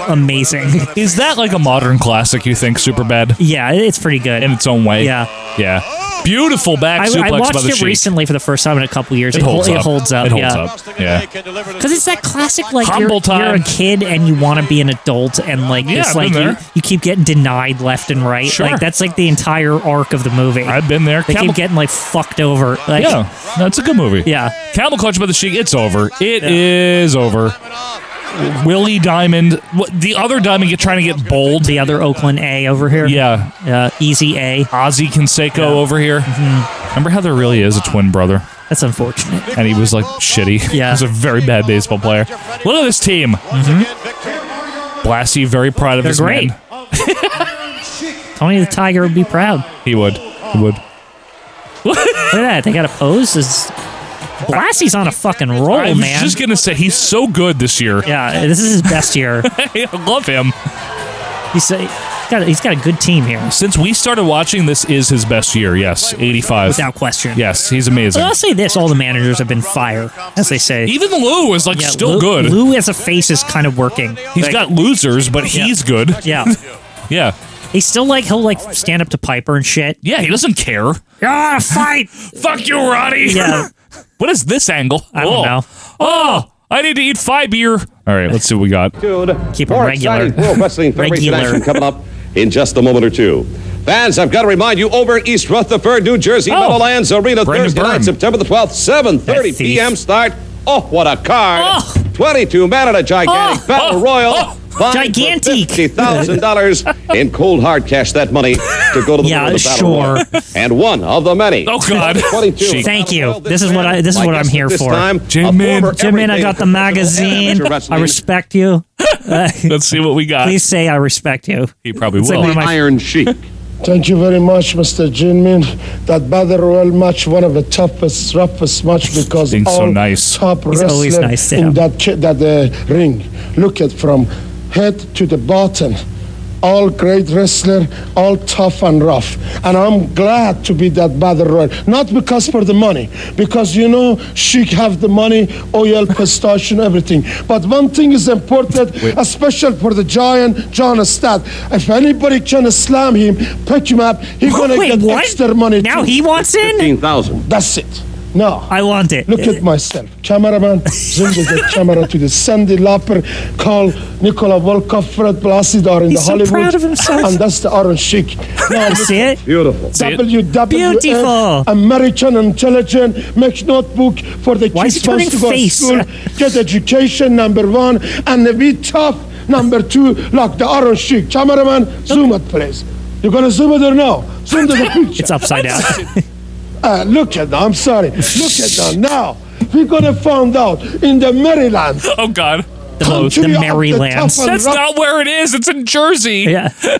amazing.
is that like a modern classic? You think Superbad
Yeah, it's pretty good.
in its own way?
Yeah.
yeah. Beautiful back
I, I
suplex by
watched
the
it
Sheik.
recently for the first time in a couple years.
It holds
hol-
up.
It holds up.
It holds
yeah.
up.
Austin
Yeah.
Gay can deliver to the
Because it's that classic, like
Humble
you're, you're a
time.
kid and you want to be an adult, and like
Yeah,
it's
I've
like
been
you,
there.
you keep getting denied left and right.
Sure.
Like that's like the entire arc of the movie.
I've been there.
they
Camel-
keep getting like fucked over. Like,
yeah, that's a good movie.
yeah.
Camel Clutch by the Sheik. It's over. It is over. Willie Diamond, what, the other Diamond, get trying to get bold.
The other Oakland A over here.
Yeah,
Uh, easy A. Mm-hmm.
Ozzy Canseco over here. Remember how there really is a twin brother,
That's unfortunate.
and he was like shitty.
Yeah.
he was a very bad baseball player. Look at this team. Blassie, very proud of
Mm-hmm. They're
his
great.
man.
Tony the Tiger Oh, would be proud.
He would. He would.
Look at that. They got a pose. Is Blassie's on a fucking roll,
I was
man.
just gonna say he's so good this year.
yeah, this is his best year.
I love him.
He's, he's got he's got a good team here,
Since we started watching, this is his best year. Yes, eighty-five.
without question.
Yes, he's
But
amazing.
I'll say this: all the managers have been fire, as they say.
Even Lou is like
Yeah,
still
Lou,
good.
Lou as a face is kind of working.
He's
Like,
got losers, but
Yeah.
he's good.
yeah.
Yeah.
He's still like he'll like stand up to Piper and shit.
Yeah, he doesn't care.
You're on a fight.
Fuck you, Roddy.
Yeah.
what is this angle?
I don't
oh.
know.
Oh, I need to eat five beer. All right, let's see what we got.
Keep him regular.
More exciting Pro Wrestling Federation
Regular.
action coming up in just a moment or two. Fans, I've got to remind you, over in East Rutherford, New Jersey,
Oh.
Meadowlands Arena,
Brandon
Thursday
Byrne.
night, September the 12th, 7.30
That thief.
p.m. start. Oh, what a card.
Oh.
22 men in a gigantic
Oh.
battle
Oh.
royal.
Oh.
Fined for
Gigantic.
$50,000 in cold hard cash. That money to go to the
Yeah,
winner of the battle
sure.
royal. And one of the many.
Oh, God.
22.
Sheik.
Thank you. This is what I- this is
My
what I'm
guest
here
at this
for.
Time, a
Jim Man.
former
Jim, man, I
everything
got the
professional and
magazine.
amateur
I
wrestling
respect you.
Let's see what we got.
Please say I respect you.
He probably
It's like
will.
one of my-
Iron Sheik.
Thank you very much, Mr. Jinmin. That Battle Royal match, one of the toughest, roughest match because
Being so
all
nice.
top
He's always
wrestlers
nice, yeah.
in that ki- that uh, ring. Look at from head to the bottom. All great wrestler, all tough and rough. And I'm glad to be that battle royal. Not because for the money, because you know she have the money, oil, pistachion, everything. But one thing is important, especially for the giant John Stat. If anybody can slam him, pick him up, he's gonna
Wait,
get
what?
extra money.
Now
too.
he wants in?
15,000.
That's it. No.
I want it.
Look at myself. Cameraman, zoom with the camera to the Sandy Lauper, Carl, Nikola Volkov, Fred Placid are in
He's
the
so
Hollywood.
proud of himself.
And that's the orange chic. Now,
You see it?
Beautiful.
it?
WWF,
Beautiful.
American intelligent, make notebook for the
Why is
kids
he turning
wants to go
face?
to school, get education, number one, and be tough, number two, like the orange chic. Cameraman, zoom it, please. You're going to zoom it or no? Zoom to the picture.
It's upside down.
Uh, look at that. I'm sorry. Look at that. Now we're gonna find out in the Maryland.
Oh God,
The, most, the
Country of the
Marylands.
tough and
that's not where it is. It's in Jersey. Yeah,
yeah.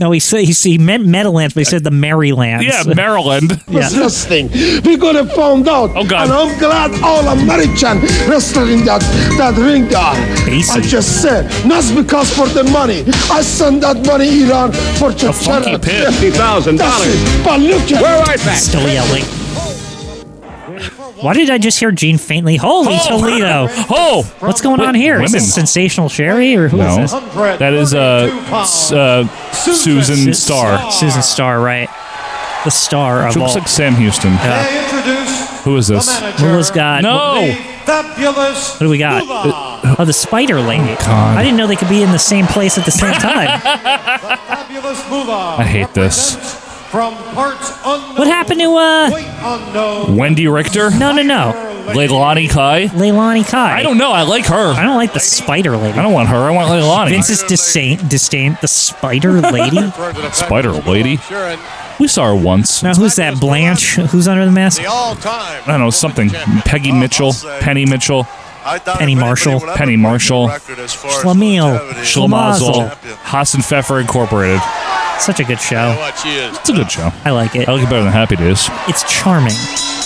No, he said he, he meant Meadowlands, but he said the Marylands.
Maryland.
Yeah.
Business thing. We're gonna find out.
Oh, God.
And I'm glad all American wrestler in that that ring there.
Basic.
I just said, not because for the money. I send that money Iran for the
funky pit.
That's
$50,000.
it. But look at
We're right back.
Still yelling. Why did I just hear Gene faintly? Holy
Oh.
Toledo!
Oh,
What's going on
Wait,
here? Is
women.
this Sensational Sherry or who is
No.
this?
That is uh, s- uh Susan
Sus-
Starr.
Susan Starr, right? The star of
She
all.
looks like Sam Houston.
They introduce
Who is this?
Lula's got
No. Uh,
fabulous.
What do we got? Oh, the Spider Lady.
God.
I didn't know they could be in the same place at the same time.
Fabulous Moolah.
I hate this.
represents From parts unknown.
what happened to uh?
Weight unknown.
Wendy Richter.
No, no, no.
Leilani Kai.
Leilani Kai.
I don't know. I like her.
I don't like the Spider Lady.
I don't want her. I want Leilani.
Vince's disdain, disdain, the Spider Lady.
Spider Lady.
Sure,
We saw her once.
now, who's that? Blanche? Who's under the mask?
the all-time. Uh,
I don't know something. Peggy Mitchell. Penny Mitchell.
Penny Marshall.
Penny Marshall.
Schlemiel.
Schlemazel.
Schlemazel.
Hassan Pfeffer Incorporated.
Such a good show.
It's a good show.
I like it.
I like it better than Happy Days.
It's charming.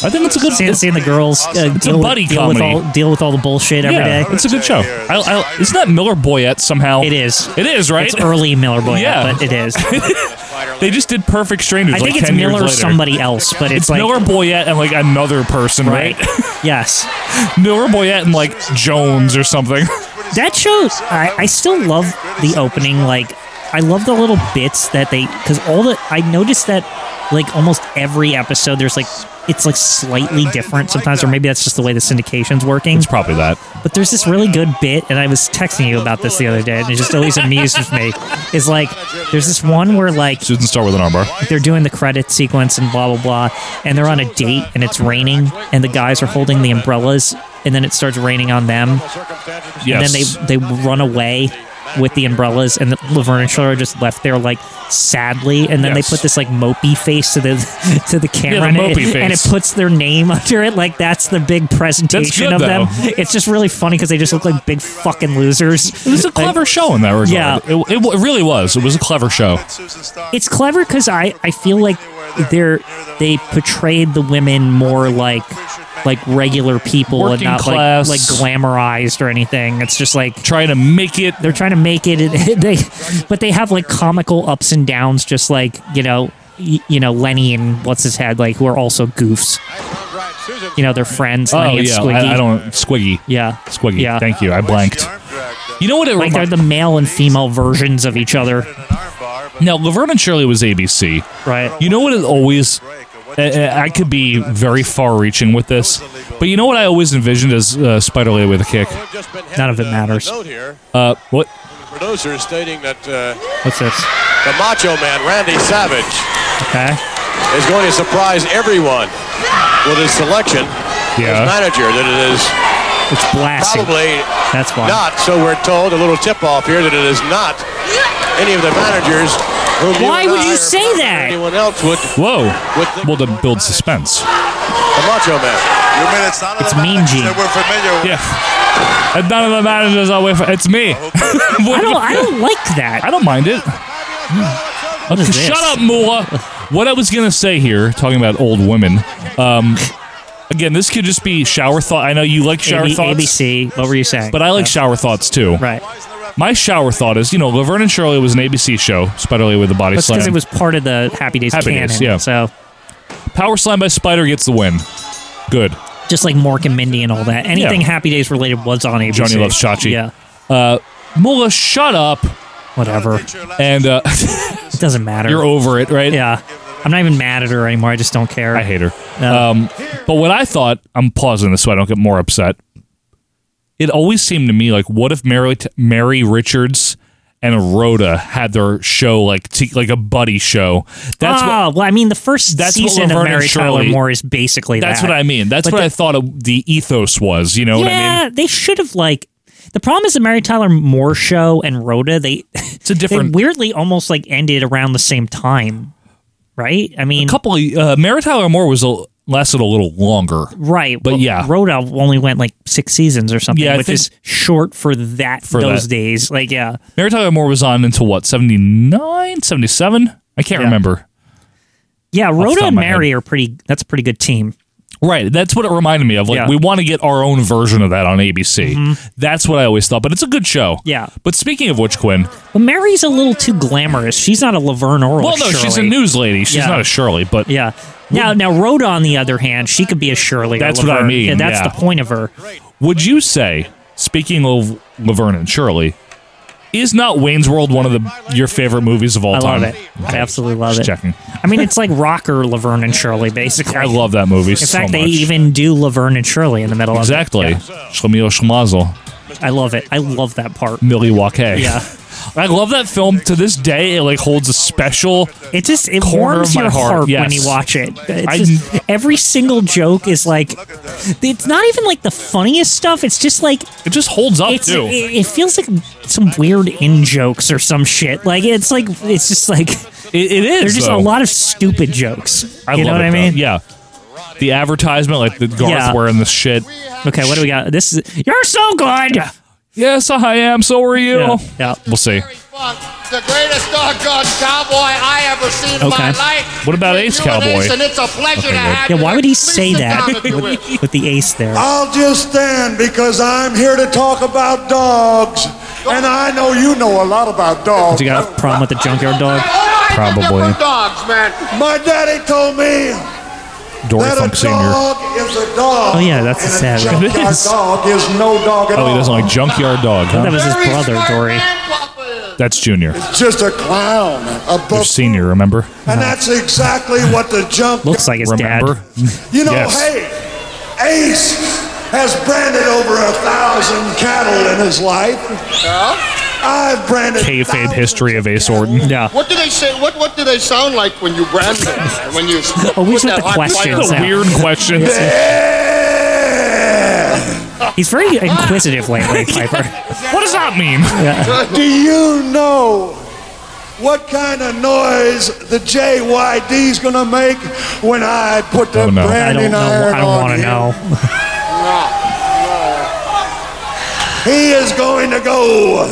I think it's a good.
Seeing,
It's,
seeing the girls uh,
It's a
deal,
buddy
with, deal, with
comedy.
all, deal with all the bullshit every day.
yeah, it's a good show. I, I, isn't that Miller Boyette somehow?
It is.
It is right.
It's early Miller Boy,
Yeah.
but it is.
They just did Perfect Strangers.
I think
like
it's
10 years
Miller or
later.
somebody else, but it's,
It's
like
Miller Boyette and like another person, right?
right. yes,
Miller Boyette and like Jones or something.
that show. I, I still love the opening. Like, I love the little bits that they because all the I noticed that like almost every episode there's like it's like slightly different sometimes, or maybe that's just the way the syndication's working.
It's probably that.
But there's this really good bit, and I was texting you about this the other day, and it just always amuses me. Is like there's this one where like
Susan Star with an armbar.
they're doing the credit sequence and blah blah blah and they're on a date and it's raining and the guys are holding the umbrellas and then it starts raining on them
Yes.
and then they they run away with the umbrellas and the Laverne and Shirley are just left there like sadly and then
Yes.
they put this like mopey face to the to the camera and,
mopey
it, and it
face.
puts their name under it like that's the big presentation
good,
of them
though.
it's just really funny because they just look like big fucking losers
it was a clever show in that regard.
Yeah.
It, it, w- it really was. It was a clever show.
it's clever because I, I feel like they're they portrayed the women more like like regular people
Working
and not
class.
like like glamorized or anything. It's just like
Trying to make it.
they're trying to make it. They but they have like comical ups and downs, just like you know y- you know Lenny and what's his head like who are also goofs. You know they're friends.
Oh
Lenny and
yeah,
Squiggy.
I, I don't. Squiggy.
Yeah,
Squiggy.
Yeah.
Thank you. I blanked. You know what it
Like they're
reminds
the male and female versions of each other,
Now, Laverne and Shirley was ABC.
right?
You know what it always. I I- I could be very far-reaching with this, but you know what I always envisioned as uh, Spider Lady with a kick.
None of it matters.
Uh, what?
Producer is stating that uh,
What's this?
the Macho Man Randy Savage
Okay.
is going to surprise everyone with his selection as
Yeah.
manager. That it is
It's blasting.
probably
That's why.
not. So we're told a little tip off here that it is not any of the managers. Whom
Why
you and
would
I
you
or
say that?
Anyone else would
Whoa.
With the-
Well, to build suspense.
the Macho Man.
You mean it's none of
It's
the
Mean
managers
Gene.
that we're familiar with.
Yeah. And none of the managers are with. It's me.
I don't. I don't like that.
I don't mind it.
What is this?
Shut up, Moolah. what I was gonna say here, talking about old women. Um, again, this could just be shower thought. I know you like shower
AB-
thoughts,
ABC. What were you saying?
but I like shower thoughts too.
right.
My shower thought is, you know, Laverne and Shirley was an ABC show, Spiderly with the body
That's
slam.
because it was part of the Happy Days
Happy
canon.
Days, yeah.
So
Power slam by Spider gets the win. Good.
just like Mork and Mindy and all that. Anything
Yeah.
Happy Days related was on ABC.
Johnny Loves Chachi.
Yeah.
Uh, Moolah, shut up,
Whatever.
and uh,
It doesn't matter.
you're over it, right?
yeah. I'm not even mad at her anymore. I just don't care.
I hate her.
No.
Um, but what I thought, I'm pausing this so I don't get more upset. It always seemed to me like, what if Mary, Mary Richards and Rhoda had their show like t- like a buddy show? That's what.
ah, well, I mean, the first
That's what
season of
Laverne and
Mary Tyler
Shirley-
Moore is basically
That's
that.
what I mean. That's
But
what
the-
I thought of the ethos was. You know what
yeah,
I mean?
they should have like. The problem is the Mary Tyler Moore show and Rhoda. They
It's a different.
they weirdly almost like ended around the same time, right? I mean,
a couple. Of, uh, Mary Tyler Moore was a, lasted a little longer.
right?
but
well,
yeah.
Rhoda only went like six seasons or something,
Yeah, I
which
think-
is short for that
For
those
that.
days. Like, yeah,
Mary Tyler Moore was on until what? 79, 77? I can't
Yeah.
remember.
yeah.
the top
Rhoda
of
and
my head.
Mary are pretty. That's a pretty good team.
Right. That's what it reminded me of. Like,
Yeah. Mm-hmm.
we want to get our own version of that on ABC. That's what I always thought, but it's a good show.
Yeah.
But speaking of which, Quinn,
But Mary's a little too glamorous. She's not a Laverne or a
well, no, she's a
Shirley.
news lady. She's
Yeah.
not a Shirley, but
Yeah. Now, now Rhoda, on the other hand, she could be a Shirley. or
That's what I
Laverne.
mean,
Yeah, that's
yeah.
the point of her.
would you say, speaking of Laverne and Shirley, is not Wayne's World one of the your favorite movies of all
I
time?
love it. I absolutely love
Just
it.
checking.
I mean, it's like rocker Laverne and Shirley, basically.
I love that movie
In
so
fact, they
much.
even do Laverne and Shirley in the middle
exactly. Schlemiel Schlemazel,
of it. I love it. I love that part.
Millie Waukee.
Yeah.
I love that film to this day. It like holds a special.
It just it
Corner
warms
of my
your
heart,
heart, when
yes.
you watch it. It's
I-
just, every single joke is like it's not even like the funniest stuff. It's just like
It just holds up
it's
too.
it, it feels like some weird in jokes or some shit. Like it's like it's just like
It- it is.
there's just a
though.
lot of stupid jokes.
I
you know
love
what
it,
I
though.
mean?
Yeah. The advertisement, like the guards
Yeah.
wearing the shit.
Okay, what do we got? This is you're so good.
Yes, I am. So are you.
Yeah, yeah.
We'll see.
The greatest doggone cowboy I ever seen in my
Okay.
life.
What about
With
Ace
you and
Cowboy?
And it's a pleasure to have
Yeah,
you.
why would he say
Please sit
that
down if you will.
with, with the ace there?
Oh.
I'll just stand because I'm here to talk about dogs. And I know you know a lot about dogs.
You got a problem with the junkyard
Oh,
dog?
I think they're
Probably.
for dogs, man.
My daddy told me
Dory
that
Funk
a
Sr.
dog is a dog.
Oh, yeah, that's the
and
sad
a
one.
It
junkyard
is.
dog is no dog at
Oh,
all.
he doesn't like Junkyard Dog,
That
huh?
was his
Very
brother,
smart
Dory.
man, Papa.
That's Junior.
Just a clown, a
Their
buffoon.
senior, remember?
And that's exactly what the jump.
Looks like his
Remember?
dad.
You know,
Yes.
hey, Ace has branded over a thousand cattle in his life. I've branded.
Kayfabe
thousands
history of Ace
cattle.
Orton.
Yeah.
What do they say? What what do they sound like when you brand them? when you
Always
put
with
that
the
hot
questions
wire-
The
out.
weird questions.
Yeah.
He's very inquisitive lately, Piper.
what does that mean?
Do you know what kind of noise the JYD's gonna make when I put the
Oh, no. I don't
I
branding
don't know.
iron
I don't
on
want to
him?
know.
He is going to go.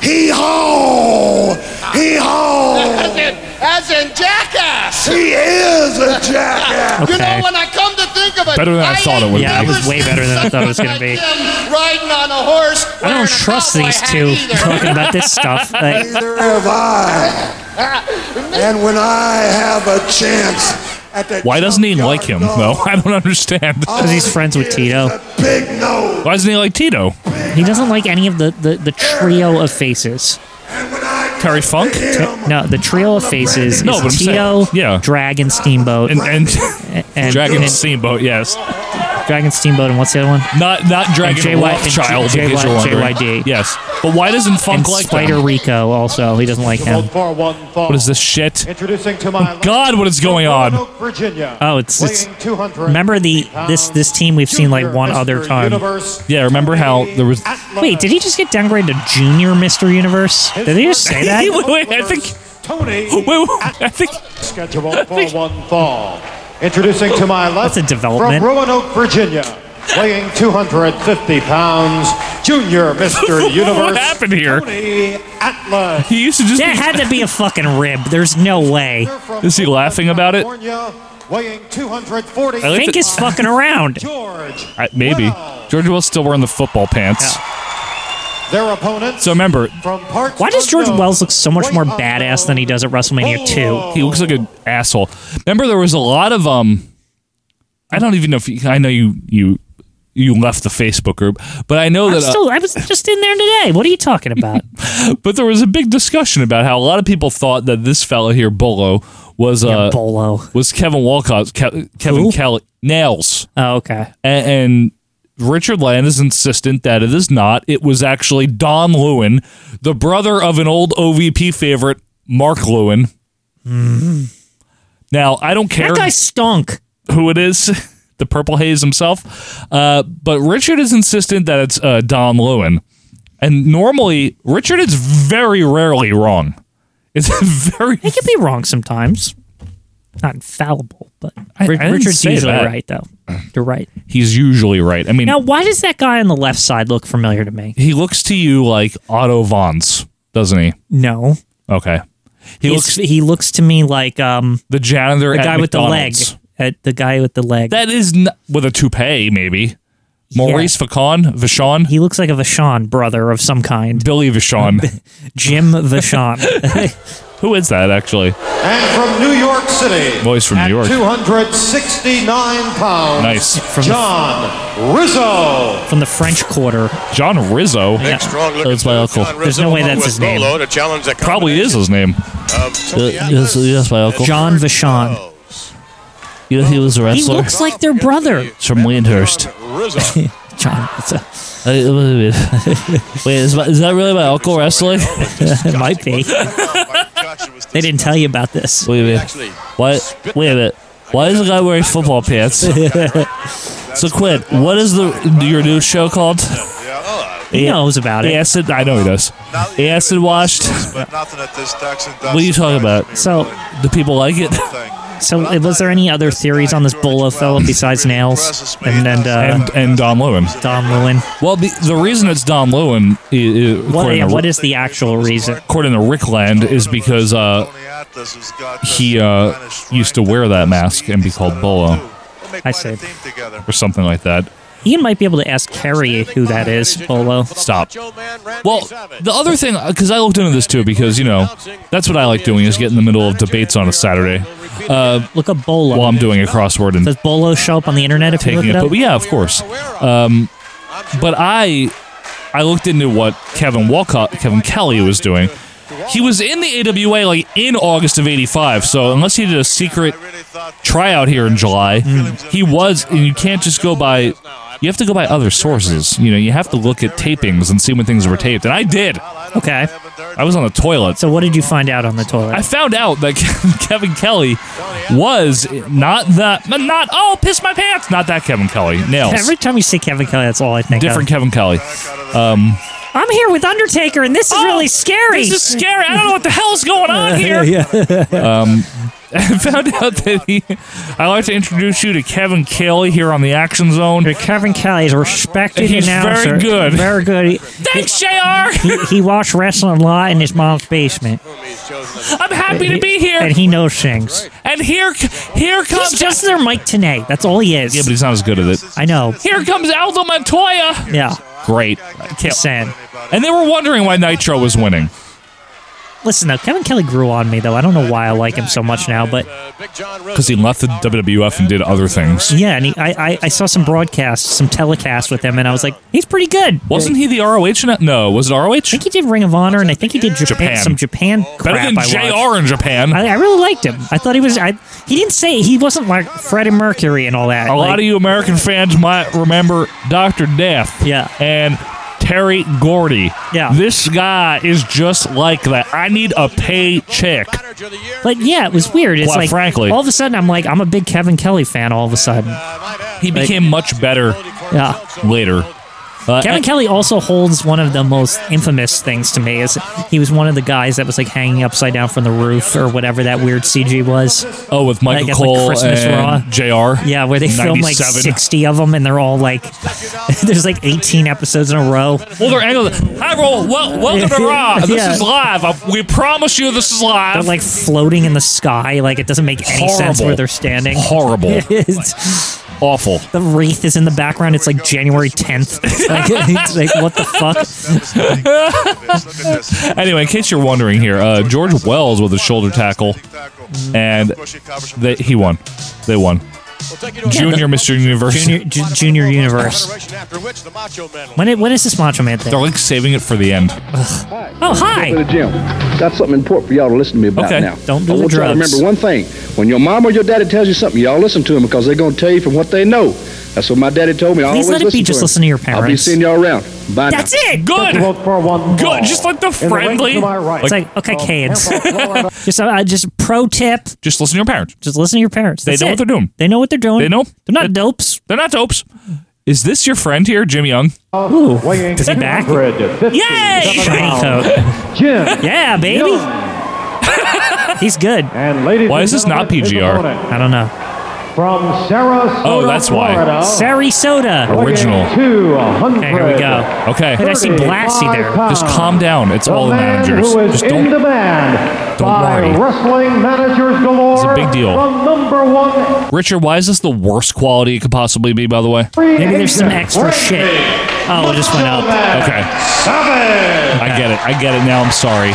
Hee haw! Hee haw!
As in, as in jackass.
He is a jackass.
You
Okay.
know, when I come to think of it,
Better than I thought it would
Yeah,
be.
it was way better than I thought it was gonna be.
Riding on a horse.
I don't trust these two talking about this stuff. Like,
Neither have I. And when I have a chance at that.
Why doesn't he like him, though?
junkyard dog,
I don't understand.
all
'Cause he's friends with
it is
Tito.
a Big nose.
Why doesn't he like Tito?
he doesn't like any of the, the, the trio of faces.
And when I
Terry Funk?
him,
No, the trio of faces
No, but I'm
is Tito,
saying- yeah.
Dragon Steamboat,
And, and
and
Dragon
and
Steamboat, yes.
Dragon Steamboat, and what's the other one?
Not not Dragon
JY
Child.
and JY JYD.
Yes. But why doesn't
And
Funk like them?
Spider Rico also. He doesn't like him.
for one fall.
What is this shit? Oh
Introducing to my
God, what is going on?
Virginia.
Oh, it's- it's-
weighing 200
Remember the this this team we've seen like
junior
one other
Mr.
time.
Universe,
Yeah, remember how there was.
Atlas,
Wait, did he just get downgraded to junior Mr. Universe? Did they just say that?
Wait, wait, I think.
Tony.
Wait, wait, I think.
Scheduled for one fall. Introducing to my left.
That's a development.
From Roanoke, Virginia. Weighing 250 pounds, Jr., Mr. Universe.
what happened here?
Tony Atlas.
He used to just
That
be-
had to be a fucking rib. There's no way.
Is he laughing about it?
California, weighing 240.
I like
Fink
that-
is fucking around.
George.
I- maybe.
Well,
George Wells still wearing the football pants.
their opponents
So remember,
from parts
Why does George
unknown,
Wells look so much
way
more
unknown,
badass than he does at WrestleMania 2?
he looks like an asshole. Remember, there was a lot of um. I don't even know if you, I know you you you left the Facebook group, but I know
I'm
that. uh,
still, I was just in there today. What are you talking about?
but there was a big discussion about how a lot of people thought that this fella here, Bolo, was uh
Bolo.
was Kevin Walcott, Ke- Kevin
Who?
Kelly Nails,
Oh, okay.
A- and. Richard Land is insistent that it is not. It was actually Don Lewin, the brother of an old OVP favorite, Mark Lewin.
Mm-hmm.
Now, I don't care
That guy stunk.
who it is, the Purple Haze himself. Uh, but Richard is insistent that it's uh, Don Lewin. And normally, Richard is very rarely wrong. It's very.
He can be wrong sometimes. Not infallible, but
I-
Ri-
I didn't
Richard's
say
usually
that.
right, though. You're right.
He's usually right. I mean,
Now, why does that guy on the left side look familiar to me?
he looks to you like Otto Vons, doesn't he?
No.
Okay. He
He's-
looks
he looks to me like um,
the janitor
the
at
guy with the leg.
McDonald's.
At the guy with the leg.
That is n- with a toupee, maybe. Maurice Vachon, Vachon,
he looks like a Vachon brother of some kind.
Billy Vachon.
Jim Vachon.
Who is that actually?
And from New York City.
Boys from
at
New York.
269 pounds.
Nice. From the-
John Rizzo.
from the French Quarter.
John Rizzo.
Yeah.
Strong looking.
That's my uncle.
There's no way that's his name. Uh,
To challenge the
Probably is his name. yes, yes, my uncle.
John Vachon.
He, he was a
He
wrestler
looks like their brother.
It's from Lyndhurst.
Rizzo.
John. it's a-
Uh, wait, wait, wait. Wait, is, my- is that really my uncle wrestling?
It might be. They didn't tell you about this.
Wait a minute. What? Wait a minute. Why is the guy wearing football pants? so, Quinn, what is the your new show called?
He knows about it.
Acid. I know he does. Acid washed.
But nothing at this Ducks and Ducks.
What are you talking about?
So,
do people like it?
so was there any other theories on this Bolo fella besides Nails and and uh,
And and Don Lewin.
Don Lewin?
Well, the, the reason it's Don Lewin, i- i-
What,
according,
yeah,
to,
what is the actual reason?
according to Rick Land, is because uh, he uh, used to wear that mask and be called Bolo
I see.
or something like that.
Ian might be able to ask Kerry who that is. Bolo.
Stop. Well, the other thing, because I looked into this too, because you know that's what I like doing is get in the middle of debates on a Saturday uh,
Look up Bolo.
while I'm doing a crossword and
Does Bolo show up on the internet if you look
taking
it
it.
up?
But yeah, of course. Um, but I, I looked into what Kevin Walcott, Kevin Kelly was doing. He was in the AWA like in August of '85. So unless he did a secret tryout here in July, he was. And you can't just go by. You have to go by other sources. You know, you have to look at tapings and see when things were taped. And I did.
Okay.
I was on the toilet.
So what did you find out on the toilet?
I found out that Kevin Kelly was not that, not oh, piss my pants, not that Kevin Kelly. Nails,
Every time you say Kevin Kelly, that's all I think
different
of.
Kevin Kelly. Um,
I'm here with Undertaker, and this is
Oh,
really scary. Uh,
This is scary. I don't know what the hell's going on here. Um, I found out that he. I'd like to introduce you to Kevin Kelly here on the Action Zone.
Kevin Kelly is a respected
He's
announcer.
very good.
Very good. He,
Thanks, JR.
he, he watched wrestling a lot in his mom's basement,
I'm happy to be here.
and he knows things.
And here, here
He's
comes.
just their Mike Tenay. That's all he is.
Yeah, but he's not as good at it.
I know.
Here comes Aldo Montoya.
Yeah.
Great.
Just saying.
And they were wondering why Nitro was winning.
Listen, though, Kevin Kelly grew on me, though. I don't know why I like him so much now, but
Because he left the WWF and did other things.
yeah, and he, I, I, I saw some broadcasts, some telecasts with him, and I was like, he's pretty good.
Wasn't he the ROH? In no, was it
I
ROH?
think he did Ring of Honor, and I think he did Japan,
Japan.
some Japan crap.
Better than
I watched.
JR in Japan.
I, I really liked him. I thought he was. I, he didn't say he wasn't like Freddie Mercury and all that.
A lot
Like,
of you American fans might remember Dr. Death.
Yeah.
And Terry Gordy.
Yeah.
This guy is just like that. I need a paycheck.
But yeah, it was weird. It's
Well,
like
frankly.
all of a sudden I'm like I'm a big Kevin Kelly fan. All of a sudden,
He became much better
yeah.
later. Uh,
Kevin
and-
Kelly also holds one of the most infamous things to me is he was one of the guys that was like hanging upside down from the roof or whatever that weird CG was.
Oh, with Michael
Like at, like,
Cole
Christmas Raw.
and Jr.
Yeah, where they film like
97.
60 of them and they're all like, there's like 18 episodes in a row.
Well, they're angled. Hi, Roll. Well, welcome to Raw. This
Yeah.
is live. I- we promise you this is
They're
live.
like floating in the sky. Like it doesn't make any sense
Horrible.
where they're standing.
Horrible.
It's-
Awful.
the wreath is in the background. It's like January 10th. It's like, it's like, what the fuck?
Anyway, in case you're wondering here, uh, George Wells with a shoulder tackle, and they, he won. They won. Junior Mr. Universe.
Junior, ju- junior universe. When, it, when is this Macho Man thing?
They're like saving it for the end.
Oh, hi.
Go to the gym. Got something important for y'all to listen to me about
Okay.
now.
Don't do
I
the
want y'all to
drugs.
remember one thing. When your mom or your daddy tells you something, y'all listen to them because they're going to tell you from what they know. That's what my daddy told me. I
Please
always
let it be
listen
just
him.
listen to your
I'll be
parents.
seeing y'all around. Bye now.
That's it.
Good.
for one
Good. Just like the friendly.
It's
Like,
like, okay, kids. just, uh, just pro tip.
just listen to your parents.
Just listen to your parents.
They
That's
know what
it.
they're doing.
They know what they're doing.
They know.
They're not dopes.
They're not dopes. Is this your friend here, Jim Young?
Is he back? Yay! Shiny coat.
Jim
Yeah, baby. He's good.
and ladies.
Why is this not PGR?
I don't know.
From Sarah.
Oh, that's why.
Sari Soda.
Original.
Two
Okay, here we go.
Okay.
Did I see Blassie there?
Just calm down. It's all the managers. Just don't.
demand
don't by worry.
wrestling managers galore.
It's a big deal. the
number one.
Richard, why is this the worst quality it could possibly be, by the way?
Maybe there's some extra shit. Oh, it just went up.
Okay. I get it. I get it now. I'm sorry.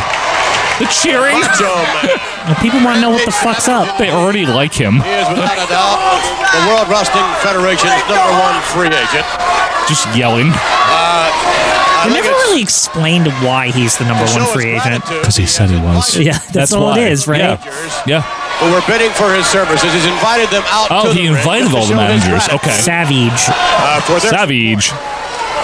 The cheering.
Macho Man
Now, people want to know what the fuck's up.
They already like him.
is without a doubt the World Wrestling Federation's number one free agent. Uh,
Just yelling
I
They
think
never
it's-
really explained why he's the number
to
one
show
free
his
agent.
gratitude
because he said he was.
Yeah, that's,
That's
all
why.
it is, right?
Yeah. Yeah.
who were bidding for his services. He's invited them out. to
Oh, he
the ring
invited
to
all the
show his
managers.
gratitude.
Okay.
Savage.
Uh, for their,
Savage.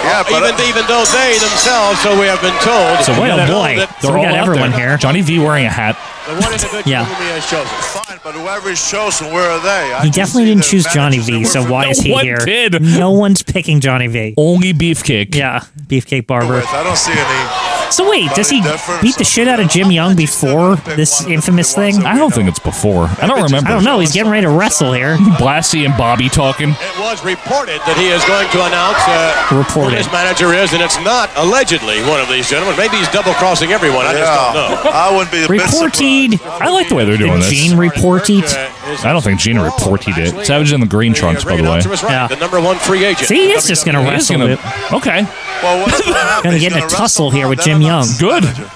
yeah, but even, even though they themselves, so we have been told,
So
Oh,
yeah,
boy.
They're
So we
all
got
out
everyone
there.
here.
Johnny V wearing a hat.
the one individual
Yeah.
whom he has chosen.
Fine, but whoever is chosen, where are they? I
He
can
definitely
see
didn't
the
choose Johnny
managers
V,
that
so
we're
why is he
one
here?
did.
No one's picking Johnny V.
Only beefcake.
Yeah, Beefcake
familiar
Barber.
with. I don't see any.
So wait, does he beat the shit out of Jim Young before this infamous thing?
I don't think it's before. I don't remember.
I don't know. He's getting ready to wrestle here.
Blassie and Bobby talking.
It was reported that he is going to announce uh, who
Reported.
his manager is, and it's not allegedly one of these gentlemen. Maybe he's double crossing everyone. I just don't know.
Yeah, I wouldn't be a bit surprised.
Reported.
I like the way they're doing
Did
this.
Gene report it?
uh,
I don't think Gina reported it. Savage in the green trunks, by the way.
Yeah.
Yeah.
The number one free agent.
See, he is just gonna
He is
E.
wrestle
gonna-
it.
okay.
Well, what's gonna happen?
Gonna
He's
get in a
wrestle
tussle here
now,
with
then
Jim Young.
announce the
Good.
manager.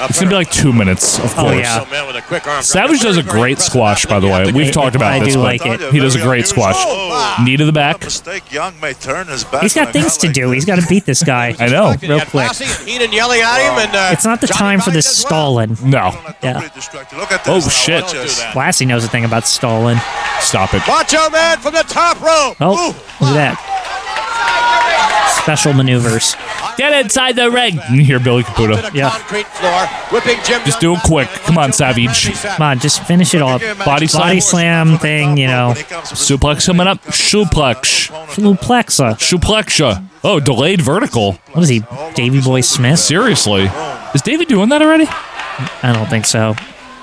It's gonna be like two minutes, of
Oh,
course.
yeah.
So, man, with a quick arm
Savage does a great squash, by the way. We've talked about
I
this,
do
but
like it.
he does a great squash.
Oh,
Knee to the back.
Mistake. Young may turn his back.
He's
on a
got things
guy
to
like
do.
that.
He's got to beat this guy.
I know.
Real quick.
Heenan yelling at him, and uh,
It's not the
Johnny
time for
Vine
this
does well.
stalling.
No,
Don't let
Yeah.
nobody distract you. Look at
Oh,
this. now.
shit.
Watch
Don't do
this.
that.
Blassie knows a thing about stalling.
stop it.
Macho Man from the top rope.
Oh, look at that. Special maneuvers.
Get inside the ring. You hear Billy Caputo.
Yeah.
Concrete floor, whipping Jim
Just
Young
do it
back
quick.
in.
Come on,
Macho Man,
Savage.
Randy Savage.
Come on, just finish it off.
Body slam.
Body slam thing, you know.
Suplex coming up. Suplex.
Luplexa.
Suplexa. Oh, delayed vertical.
What is he, Davy Boy Smith?
Seriously. Is David doing that already?
I don't think so.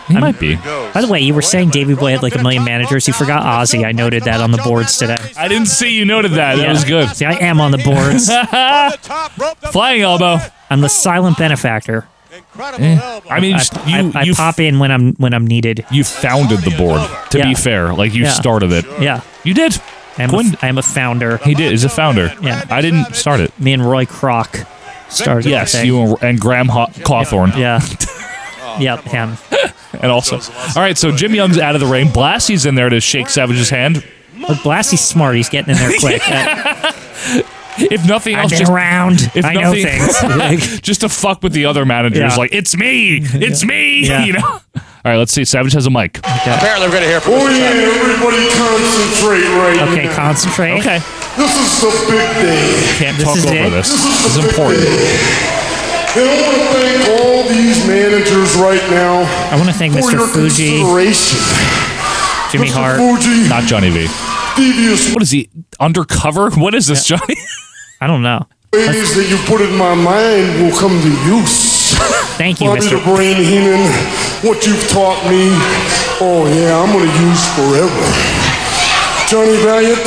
He might be.
By the way, you were saying Davy Boy had like a million managers. You forgot Ozzy. I noted that on the boards today.
I didn't see you noted that. That
Yeah.
was good.
See, I am on the boards.
On the top rope, the
Flying elbow. Eh.
I'm the silent benefactor.
Incredible elbow.
I mean,
I,
just, you
I, I
you
pop in when I'm when I'm needed.
you founded the board. To
Yeah.
be fair, like you
Yeah.
started it.
Yeah,
You did.
I am,
Quinn-
a, I am a founder.
he did. He's a founder.
Yeah.
I didn't start it.
Me and Roy Kroc started. the
Yes,
thing.
you and- and Graham Haw- Cawthorn.
Yeah.
Oh,
yep, him.
and also. All right, so Jim Young's out of the ring. Blassie's in there to shake Savage's hand.
Look, Blassie's smart. He's getting in there quick. I,
If nothing
have
else,
been
just,
around.
if
I know
nothing-
things. Like,
just to fuck with the other managers.
Yeah.
Like, it's me, it's me,
Yeah.
you know? All right, let's see. Savage has a mic.
Apparently, we're going to hear from
Oh,
Mr.
everybody
Savage.
concentrate right
okay, concentrate.
Okay.
This is the big day.
Can't
This
talk
is
over
it.
this. This is important.
And I want to thank all these managers right now
I want to thank
for
Mr.
your
Fuji,
consideration.
Jimmy
Mr.
Hart.
Fuji,
Not Johnny V.
devious
What is he? Undercover? What is this, Johnny?
I don't know.
It is that you put in my mind will come to use.
Thank you,
Bobby
Mr.
the Brain Heenan, what you've taught me, oh yeah, I'm gonna use forever. Johnny Valiant,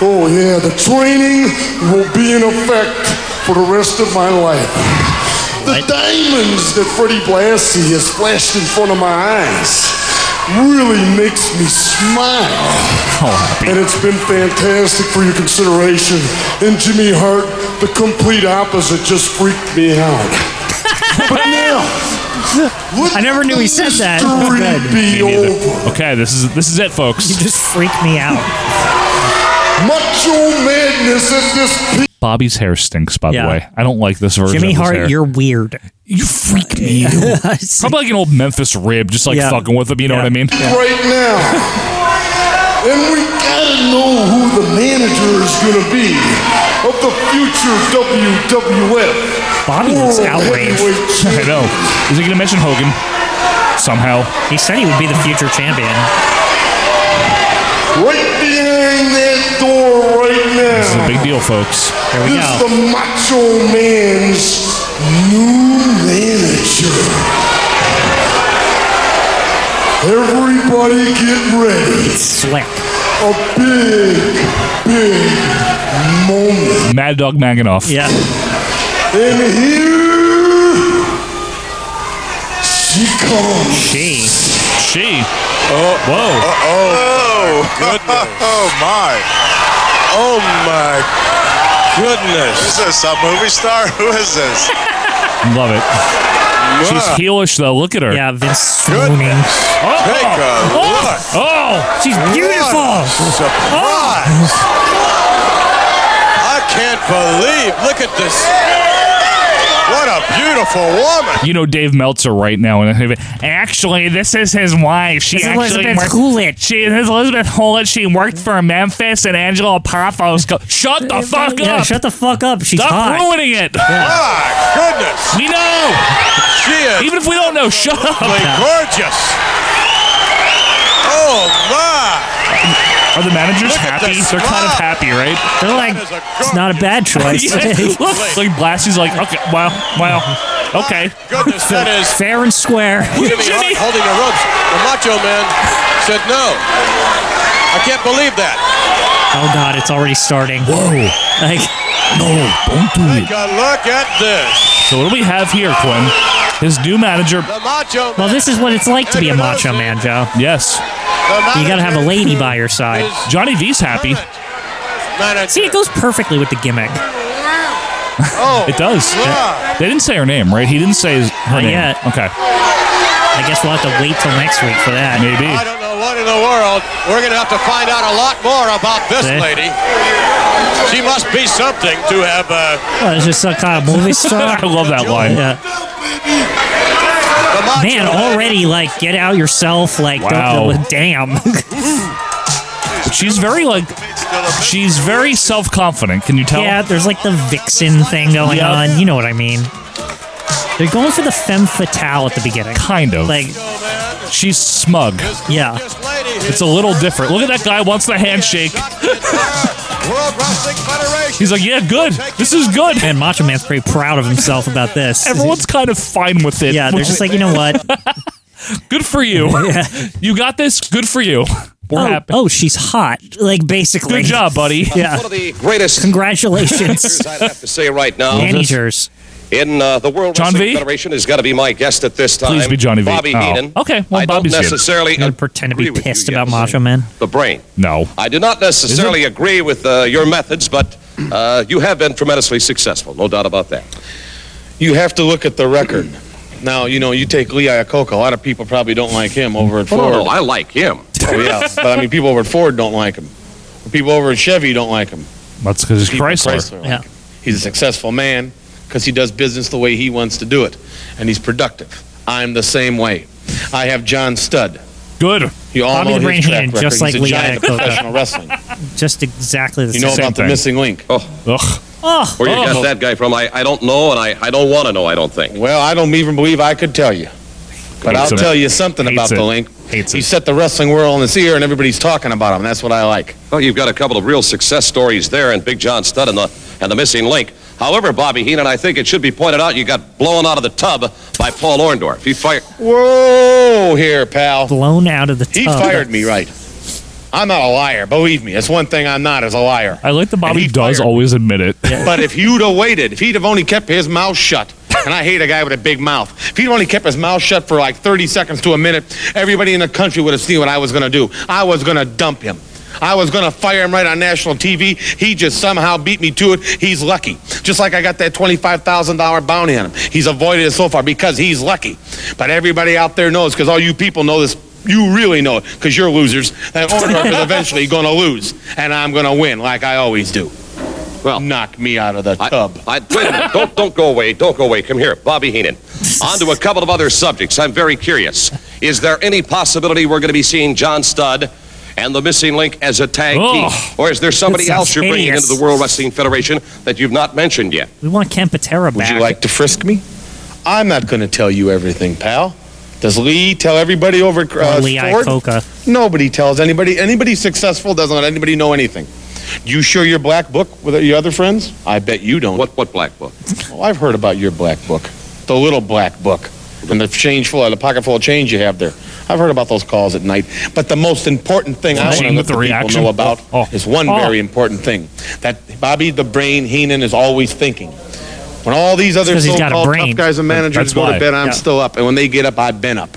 oh yeah, the training will be in effect for the rest of my life. The diamonds that Freddie Blassie has flashed in front of my eyes really makes me smile. And it's been fantastic for your consideration. And Jimmy Hart, the complete opposite, just freaked me out. but now,
I never knew he said that.
be over.
Okay, this is this is it, folks.
You just freaked me out.
Macho madness at this peak.
Bobby's hair stinks, by
Yeah.
the way. I don't like this version.
Jimmy
of his
Hart,
hair.
you're weird.
you freak me. out. Probably like an old Memphis rib, just like
Yeah.
fucking with him. You know
Yeah.
what I mean?
right now. And we gotta know who the manager is gonna be of the future WWF.
Bobby looks
World
outraged.
Heavyweight
I know. Is he gonna mention Hogan somehow?
He said he would be the future champion.
Right behind that door right now.
This is a big deal, folks.
There we
This
go.
the Macho Man's new manager. Everybody get ready.
It's slick.
A big, big moment.
Mad Dog Maganoff.
Yeah.
And here she comes.
She.
She. Oh, whoa.
Oh, goodness. oh, my. Oh, my goodness. Is this a movie star? Who is this?
Love it. She's heelish though. Look at her.
Yeah, Vince swooning.
Goodness. Take a look.
Oh, oh, she's
What
beautiful. Oh.
a Surprise. I can't believe. Look at this. What a beautiful woman.
You know Dave Meltzer right now, and actually, this is his wife. She
This is
actually
Elizabeth
worked-
Coolidge.
She this is Elizabeth Coolidge. She worked for Memphis and Angela Paphos. Co- shut the fuck
Yeah,
up!
shut the fuck up. She's
Stop
hot.
ruining it.
My goodness.
We know,
She is
even if we don't know. Shut up.
absolutely gorgeous. Oh, my.
Are the managers happy?
this.
They're kind of
Wow.
happy, right?
They're like,
That is a
it's not a bad choice.
Yeah, Look, like Blassie's like, okay, wow, wow, okay.
Goodness, that is.
Fair and square.
Jimmy,
Jimmy.
Hart holding the ropes. The Macho Man said no. I can't believe that.
Oh god, it's already starting.
Whoa,
Like,
no, don't do
Take a look at this.
So what do we have here, Quinn? His new manager.
The Macho.
well, this is what it's like to be a macho man, Joe.
Yes,
You gotta have a lady by your side.
Johnny V's happy.
See, it goes perfectly with the gimmick.
Oh,
It does.
Yeah.
They didn't say her name, right? He didn't say his, her
Not
name.
yet.
Okay,
I guess we'll have to wait till next week for that.
maybe.
I don't know what in the world. We're going to have to find out a lot more about this
See?
lady. She must be something to have. Uh,
Well, it's just some kind of movie
I
star.
love that line.
Yeah.
the Macho
Man, already like get out yourself. Like,
Wow.
don't, damn.
But she's very like, she's very self-confident. Can you tell?
yeah, there's like the vixen thing going
Yeah.
on. You know what I mean? They're going for the femme fatale at the beginning.
Kind of.
Like,
she's smug.
yeah.
This lady
It's a little different. Look at that guy wants the handshake.
World Wrestling Federation.
He's like, yeah, good. This is good.
And Macho Man's pretty proud of himself about this.
Everyone's kind of fine with it.
Yeah, they're just like, you know what?
good for you. You got this. Good for you. We're
Oh,
happy.
oh, she's hot. Like, basically.
Good job, buddy.
Yeah.
One of the greatest
Congratulations,
I'd have to say right now
managers.
in uh, the World
John
Wrestling
V?
Federation has got to be my guest at this time.
Please be Johnny V.
Bobby
Oh.
Heenan.
Okay, well,
I
Bobby's
don't
here.
necessarily
I'm gonna pretend to be
agree with you
pissed
yet.
about Macho Man.
The brain.
No.
I do not necessarily agree with uh, your methods, but uh, you have been tremendously successful, no doubt about that.
You have to look at the record. Now, you know, you take Lee Iacocca. A lot of people probably don't like him over at
Oh, no,
Ford.
no, I like him.
Oh, yeah. But I mean, people over at Ford don't like him. People over at Chevy don't like him.
That's because it's
People at
Chrysler.
like
Yeah.
him. He's a successful man because he does business the way he wants to do it, and he's productive. I'm the same way. I have John Studd.
Good.
You all
Bobby
know
the Brain
his track
Heenan,
record.
just
He's
like
a
Lee
giant of
Iacocca.
professional wrestling.
Just exactly the
You
same.
know
Same
about
thing.
the missing link.
Ugh.
oh,
Where you
Oh.
got that guy from, I, I don't know, and I, I don't want to know, I don't think.
Well, I don't even believe I could tell you. But
Hates
I'll
him.
tell you something
Hates
about
it.
the link. he set the wrestling world on its ear, and everybody's talking about him. That's what I like.
Well, you've got a couple of real success stories there, and Big John Studd and the and the missing link. However, Bobby Heenan, I think it should be pointed out you got blown out of the tub by Paul Orndorff. He fired.
Whoa, here, pal.
Blown out of the
He
tub.
fired me, right? I'm not a liar. Believe me, that's one thing I'm not is a liar.
I like the Bobby does always admit it.
But if you'd have waited, if he'd have only kept his mouth shut, and I hate a guy with a big mouth, if he'd only kept his mouth shut for like 30 seconds to a minute, everybody in the country would have seen what I was going to do. I was going to dump him. I was going to fire him right on national TV. He just somehow beat me to it. He's lucky. Just like I got that $25,000 bounty on him. He's avoided it so far because he's lucky. But everybody out there knows because all you people know this. You really know it because you're losers. That Orndorff is eventually going to lose, and I'm going to win like I always do.
Well,
knock me out of the tub.
I, wait a minute. Don't, don't go away. Don't go away. Come here. Bobby Heenan. On to a couple of other subjects. I'm very curious. Is there any possibility we're going to be seeing John Studd and the missing link as a tag
Oh.
team? Or is there somebody
That sounds
else you're bringing
hideous.
into the World Wrestling Federation that you've not mentioned yet?
We want Kempatera
Would
back.
you like to frisk me? I'm not going to tell you everything, pal. Does Lee tell everybody over at, uh,
Or Lee
Ford?
Iacocca.
Nobody tells anybody. Anybody successful doesn't let anybody know anything. You share your black book with your other friends? I bet you don't.
What what black book?
Well, I've heard about your black book, the little black book, and the change full, the pocket full of change you have there. I've heard about those calls at night. But the most important thing I want
Gene
to let
with
the
the
people
reaction?
know about
Oh.
is one
Oh.
very important thing that Bobby the Brain Heenan is always thinking. When all these other
'cause he's got a
so-called
brain.
tough guys and managers
That's
go
why.
to bed, I'm
Yeah.
still up, and when they get up, I've been up.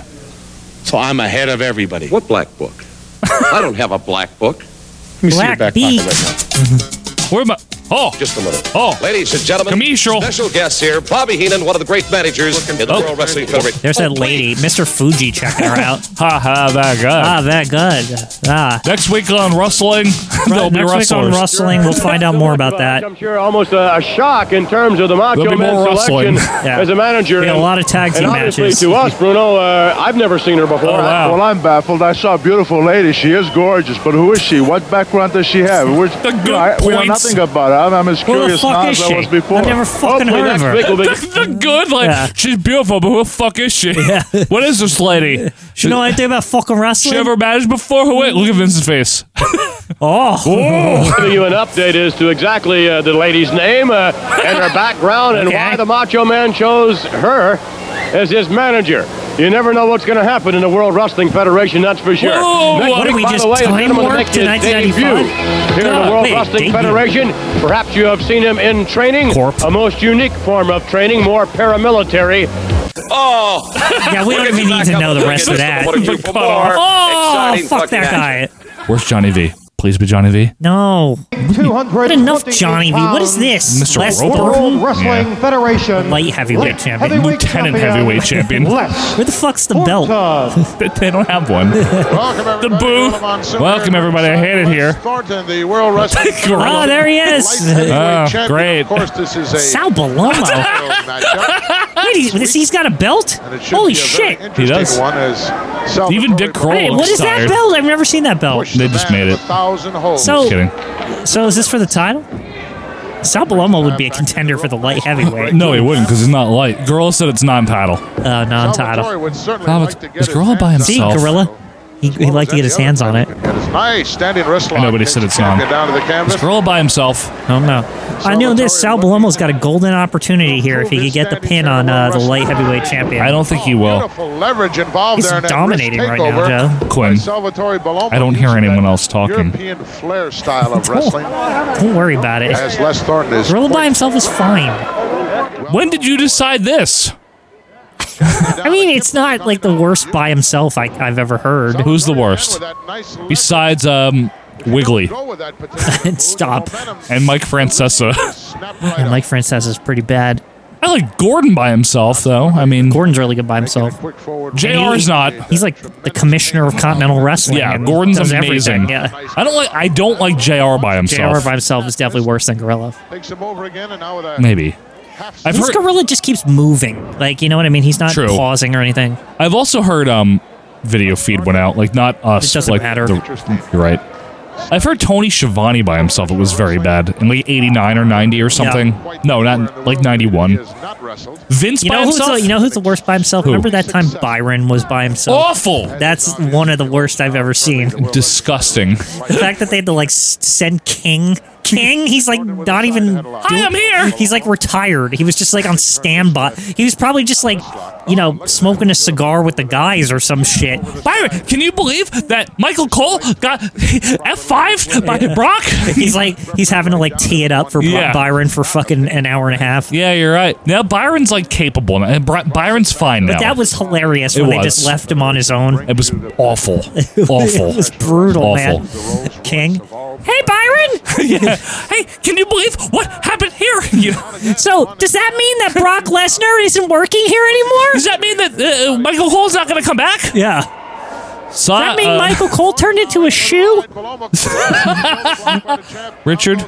So I'm ahead of everybody.
What black book? I don't have a black book.
Let me see your
Black
back
beat.
pocket right now. Mm-hmm.
Where am I? Oh,
Just a minute.
oh.
Ladies and gentlemen,
Commercial.
special guest here, Bobby Heenan, one of the great managers in the
Oh.
World Wrestling Federation.
There's that lady, Mr. Fuji, checking her out.
Ha ha, that guy.
ah, that good. Ah,
Next week on Rustling, there'll be
next week on
wrestlers.
wrestling, we'll find out more about that.
I'm sure almost a, a shock in terms of the
There'll
Macho
be more
Man selection
wrestling.
Yeah.
as a manager.
We got a
And-
lot of tag team
and obviously
matches.
to us, Bruno, uh, I've never seen her before.
Oh, wow.
Well, I'm baffled. I saw a beautiful lady. She is gorgeous, but who is she? What background does she have? We're,
The good
you know, I- we know
points.
nothing about her. I'm, I'm as
Who the
curious
fuck
now
is
as I was
she?
before.
I've never fucking
Hopefully
heard of
next
her.
week will be
the good, like
Yeah.
she's beautiful, but who the fuck is she? What is this lady?
You know anything about fucking wrestling?
She ever managed before? Who? Wait, look at Vince's face.
Oh,
giving you an update as to exactly uh, the lady's name uh, and her background and
Okay.
why the Macho Man chose her as his manager. You never know what's going to happen in the World Wrestling Federation, that's for sure.
Whoa,
Next
what
week,
are we
by
just
the way,
time
a gentleman
warped
makes
to
his
1995?
debut here in
God,
the World
wait,
Wrestling
debut.
Federation. Perhaps you have seen him in training,
Corp.
a most unique form of training, more paramilitary
Oh,
yeah, we don't
Look at
even
you
need to
back
know
up.
the
Look
rest
at
of
this.
that.
What a few more
Oh,
exciting
fuck
fucking
that
action.
guy.
Where's Johnny V? Please be Johnny V.
No. Not
200
enough, Johnny V. What is this?
Mr.
Les
Roper?
Burton?
Wrestling
Federation.
Light heavyweight light champion. heavyweight
Lieutenant champion, heavyweight champion.
Where the fuck's the belt?
They- They don't have one. the boo. Welcome everybody. I hate it here.
Thornton, the World Wrestling
Oh, there he is.
Oh, great.
this is a
Sal Balomo. Wait, he's, this- he's got a belt? Holy shit.
He does. Even Dick Kroll
Hey,
looks
what is
tired.
that belt? I've never seen that belt.
They just made it.
So,
Kidding.
so is this for the title? Sal Balomo would be a contender for the light heavyweight.
No, he wouldn't because he's not light. Gorilla said it's non-title.
Uh, non-title.
Wow, it's- is Gorilla by
See,
himself?
Gorilla? He, he'd like to get his hands on it.
Nice standing wrist
I
lock.
know, but he said it's non.
Champion down to the canvas.
It's Gorilla by himself.
I don't know. I know this. Sal Balomo's got a golden opportunity here if he could get the pin on uh, the light heavyweight champion.
I don't think he will.
Beautiful leverage involved
He's
there in that
dominating
wrist
right now,
takeover
Joe.
by
Quinn.
Salvatore Balombo.
I don't hear
Using
anyone
that
else talking. Oh.
European flair style of wrestling.
Don't worry about it.
As Les Thornton is
Gorilla by himself is fine.
When did you decide this?
I mean, it's not like the worst by himself I, I've ever heard.
Who's the worst? Besides um, Wiggly
Stop.
and Mike Francesa.
And Mike Francesa's pretty bad.
I like Gordon by himself, though. I mean,
Gordon's really good by himself.
JR's not.
He's like the commissioner of continental wrestling.
Yeah,
and
Gordon's
does
amazing.
everything. Yeah.
I don't like. I don't like JR by himself.
JR by himself is definitely worse than Gorilla.
takes him over again, and now with a
Maybe. I've
His
heard.
Gorilla just keeps moving. Like, you know what I mean? He's not
True.
pausing or anything.
I've also heard um, video feed went out. Like not us.
It doesn't
like
matter.
the- you're right. I've heard Tony Schiavone by himself. It was very bad in like '89 or '90 or something. No, not like '91. Vince
You
by
know who's
himself.
the, you know who's the worst by himself?
Who?
Remember that time Byron was by himself?
Awful.
That's one of the worst I've ever seen.
Disgusting.
The fact that they had to like s- send King. King, he's like not even. I am here. He's like retired. He was just like on standby. He was probably just like, you know, smoking a cigar with the guys or some shit.
Byron, can you believe that Michael Cole got F5 by Brock?
He's like, he's having to like tee it up for Bro-
Yeah.
Byron for fucking an hour and a half.
Yeah, you're right. Now Byron's like capable, now. and Bry- Byron's fine now.
But that was hilarious
It
when they
was.
just left him on his own.
It was awful, awful.
it was brutal,
awful.
man. King.
Hey, Byron!
yeah. Hey, can you believe what happened here? You know,
So, does that mean that Brock Lesnar isn't working here anymore?
does that mean that uh, Michael Cole's not going to come back?
Yeah.
So,
Does that mean
uh,
Michael Cole turned into a shoe?
Richard,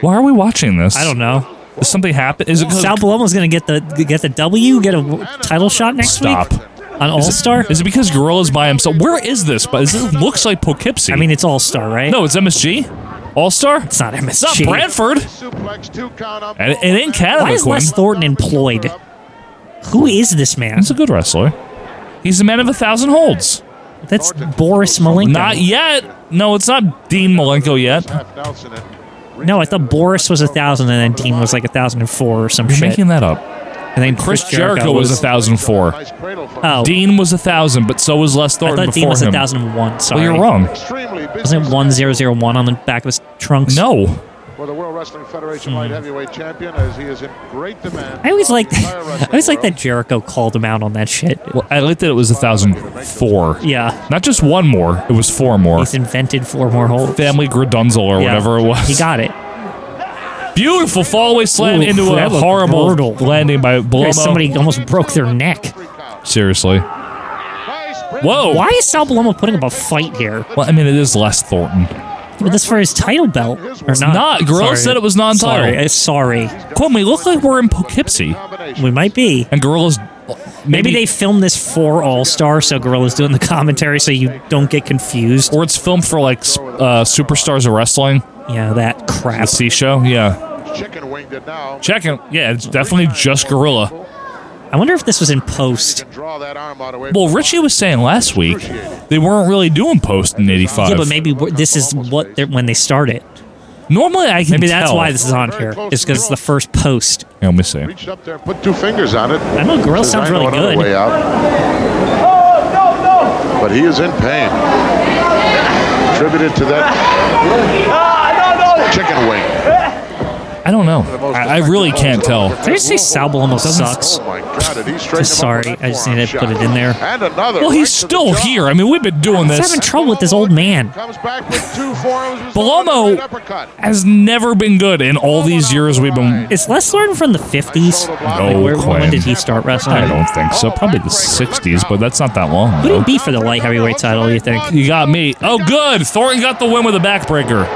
why are we watching this?
I don't know.
Does something happen? Is it 'cause-
Sal Palomo's gonna get the get the W, get a w- title shot next
Stop.
week on All Star.
Is it because Gorilla's by himself? Where is this? But it looks like Poughkeepsie.
I mean, it's All Star, right?
no, it's MSG. All Star.
it's not
It's
MSG.
not Brantford. And it ain't Canada.
Why is
Quinn.
Les Thornton employed? Who is this man?
He's a good wrestler. He's a man of a thousand holds.
That's Boris Malenko.
Not yet. No, it's not Dean Malenko yet.
No, I thought Boris was a thousand, and then Dean was like a thousand and four or some
You're
shit.
making that up.
and then
Chris Jericho was a thousand four.
Oh,
Dean was a thousand, but so was Les
I
Thornton
thought
before
Dean was
him.
a thousand and one. Sorry,
Well, you're wrong.
Wasn't it one zero zero one on the back of his trunks?
No.
For the World Wrestling Federation
Hmm.
light heavyweight champion, as he is in great demand.
I always like that. I always like that Jericho called him out on that shit.
Well, I like that it was a thousand four.
Yeah.
Not just one more. It was four more.
He's invented four more holes.
Family Gradunzel or
Yeah.
whatever it was.
He got it.
Beautiful fallaway slam
Ooh,
into a
that looked
horrible
brutal.
landing by Blomo.
Yeah, Somebody almost broke their neck.
Seriously. Whoa.
Why is Sal Palomo putting up a fight here?
Well, I mean, it is Les Thornton.
But this for his title belt or not?
not. Guerrero said it was non-title.
Sorry, uh, sorry.
Quinn, we look like we're in Poughkeepsie.
We might be.
And Gorilla's.
Maybe, they filmed this for All Star, so Gorilla's doing the commentary, so you don't get confused.
Or it's filmed for like s- uh, Superstars of Wrestling.
Yeah, that crap.
The C show. Yeah. Chicken. Yeah, it's definitely just Gorilla.
I wonder if this was in post.
Well, Richie was saying last week they weren't really doing post in '85.
Yeah, but maybe we're- this is what they're, when they start it.
normally I can.
Maybe that's
tell.
why this is on here, just because it's the first post.
Yeah, let me see.
Put two fingers on it.
I know Gorilla
Says,
sounds
"I know
really
another
good."
Way out. But he is in pain. Attributed to that chicken wing.
I don't know. I, I really can't tell.
Oh. Did I just say Sal Palomo sucks?
Oh my God! Did he straighten him up
I'm sorry.
with that
I just needed to put
forearm
it in there.
shot? And another.
Well,
right
he's
to the
still
jaw.
here. I mean, we've been doing
He's having
this.
trouble with this old man.
Comes back with two forearms. with a
Belomo
great uppercut.
has never been good in all these years we've been.
Is Les Thornton from the 50s? Like,
No,
where-
Quinn.
when did he start wrestling?
I don't think so. Probably the '60s, but that's not that long.
Who would he be for the light heavyweight title, you think?
You got me. Oh, good. Thornton got the win with a backbreaker.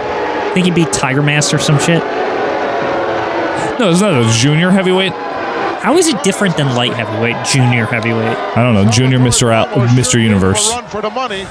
Think he'd be Tiger Mask or some shit?
No, isn't that a junior heavyweight?
How is it different than light heavyweight, junior heavyweight,
I don't know. Junior Mr. Out, Mr. Universe.
Run for the money.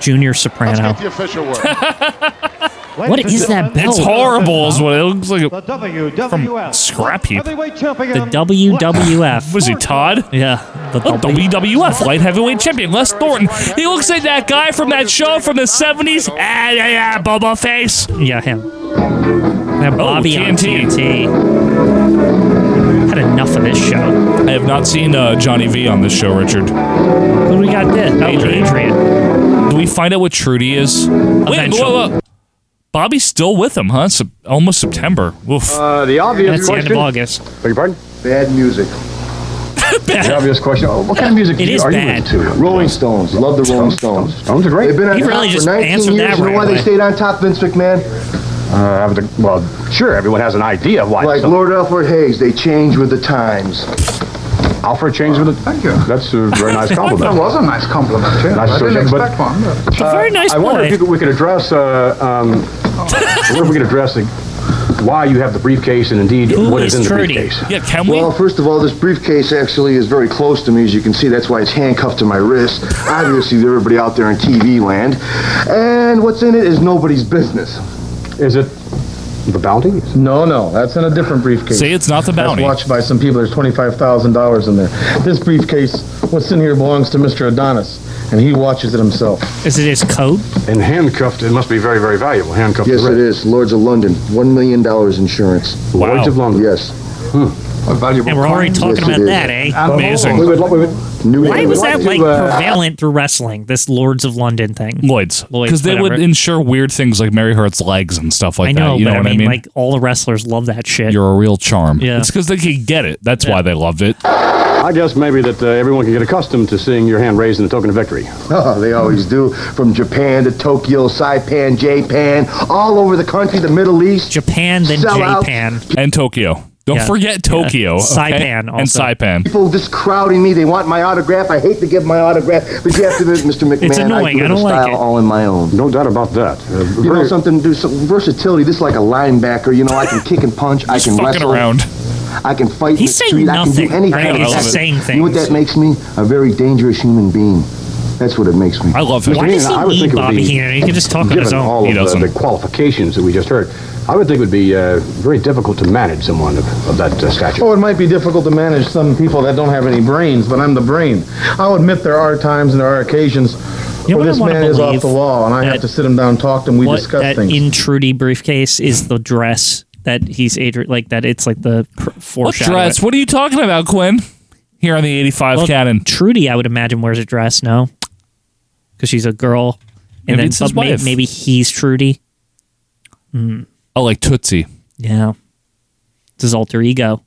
junior
Let's
soprano?
get the official word.
What is that belt?
It's horrible, is what it looks like.
The WWF
Scrap heap.
Heavyweight Champion.
The E WWF.
Was he Todd?
Yeah. The
The WWF Light Heavyweight Champion, Les Thornton. He looks like that guy from that show from the 70s. Ah, yeah, yeah, Bubba Face.
Yeah, him. That Bobby on
TNT.
TNT. Had enough of this show.
I have not seen uh, Johnny V on this show, Richard.
Who do we got this? Oh,
Adrian.
Adrian. Adrian.
Do we find out what Trudy is? Wait,
Eventually.
whoa, whoa. Bobby's still with him, huh? It's almost September. Oof.
Uh, the
That's
obvious
the end
question.
of August.
Beg your pardon? Bad music. The obvious question. Oh, what kind of music
It
do you-
is
are
bad.
you into? Rolling Stones. Love the Rolling Stones. Stones are great. They've been on
He
top
really
for
just
19
answered
years.
that
you know
right
why they
away.
stayed on top, Vince McMahon? Uh, I was a- well, sure, everyone has an idea of why. Like Lord Alfred Hayes, they change with the times. Alfred changed with the. Thank you. That's uh, a very nice compliment.
That was a nice compliment. Yeah.
Nice
I didn't
association, but-
expect one.
A very nice
I wonder
boy.
if you could, we could address. Uh, um, I wonder if we could address the why you have the briefcase and indeed what is in the briefcase.
Yeah, can
we?
Well, first of all, this briefcase actually is very close to me, as you can see. That's why it's handcuffed to my wrist. Obviously, to everybody out there in TV land. And what's in it is nobody's business. Is it the bounty? No, no. That's in a different briefcase.
See, it's not the bounty.
That's watched by some people. There's $25,000 in there. This briefcase, what's in here belongs to Mr. Adonis, and he watches it himself.
Is it his coat?
And handcuffed, it must be very, very valuable. Handcuffed.
Yes,
to the
it
wrist.
is. Lords of London, $1 million insurance.
Wow. Lords of London?
Yes.
A valuable
And we're already
coin?
talking
Yes, it
about
is. Uh-huh.
that, eh?
Amazing.
We would lo- we would- New
Why
York.
was that
We'd
like
like to, uh,
prevalent through wrestling? This Lords of London thing.
Lloyd's.
Lloyd's,
Because they would
whatever.
insure weird things like Mary Hart's legs and stuff like
I know,
that. You
but
know
I
what
mean,
I mean?
like all the wrestlers love that shit.
You're a real charm.
Yeah.
It's because they could get it. That's why they loved it.
I guess maybe that uh, everyone can get accustomed to seeing your hand raised in a token of victory.
Oh, they always do. From Japan to Tokyo, Saipan, Japan, all over the country, the Middle East.
Japan, then
Sellouts.
Japan.
And Tokyo. Don't
Yeah.
forget
Yeah.
Tokyo. okay?
Saipan
And
also.
Saipan.
People just crowding me. They want my autograph. I hate to give my autograph, but you have to admit, Mr. McMahon,
It's
I,
annoying.
do
I
have a
don't like
style
it.
all in my own.
No doubt about that. Uh,
You know
very-
something? Do some versatility. This is like a linebacker. You know, I can kick and punch. I can
fucking
wrestle.
around.
I can fight.
He's
in
saying
the street. I can
nothing,
do anything.
right? He's just saying
You know what
things.
that makes me? A very dangerous human being. That's what it makes me.
I love him.
Why does he
I would
need
think it would
Bobby
be-
Heenan? He can just talk on
Given
his own.
all
He
of the,
doesn't.
the qualifications that we just heard, I would think it would be uh, very difficult to manage someone of, of that uh, stature.
Oh, it might be difficult to manage some people that don't have any brains, but I'm the brain. I'll admit there are times and there are occasions
You know
where
what I
this
wanna
man is off
believe?
the wall, and I
That-
have to sit him down, talk to him, we
what
discuss
that
things.
intrudy briefcase is the dress that he's Adri- like that. It's like the pr-
What
foreshadow.
dress?
it.
What are you talking about, Quinn? Here on the 85
Well,
Cannon.
Trudy, I would imagine, wears a dress. No, because she's a girl,
Maybe
and then
it's his
but may-
wife.
maybe he's Trudy. Hmm,
Oh, like Tootsie.
Yeah, it's his alter ego.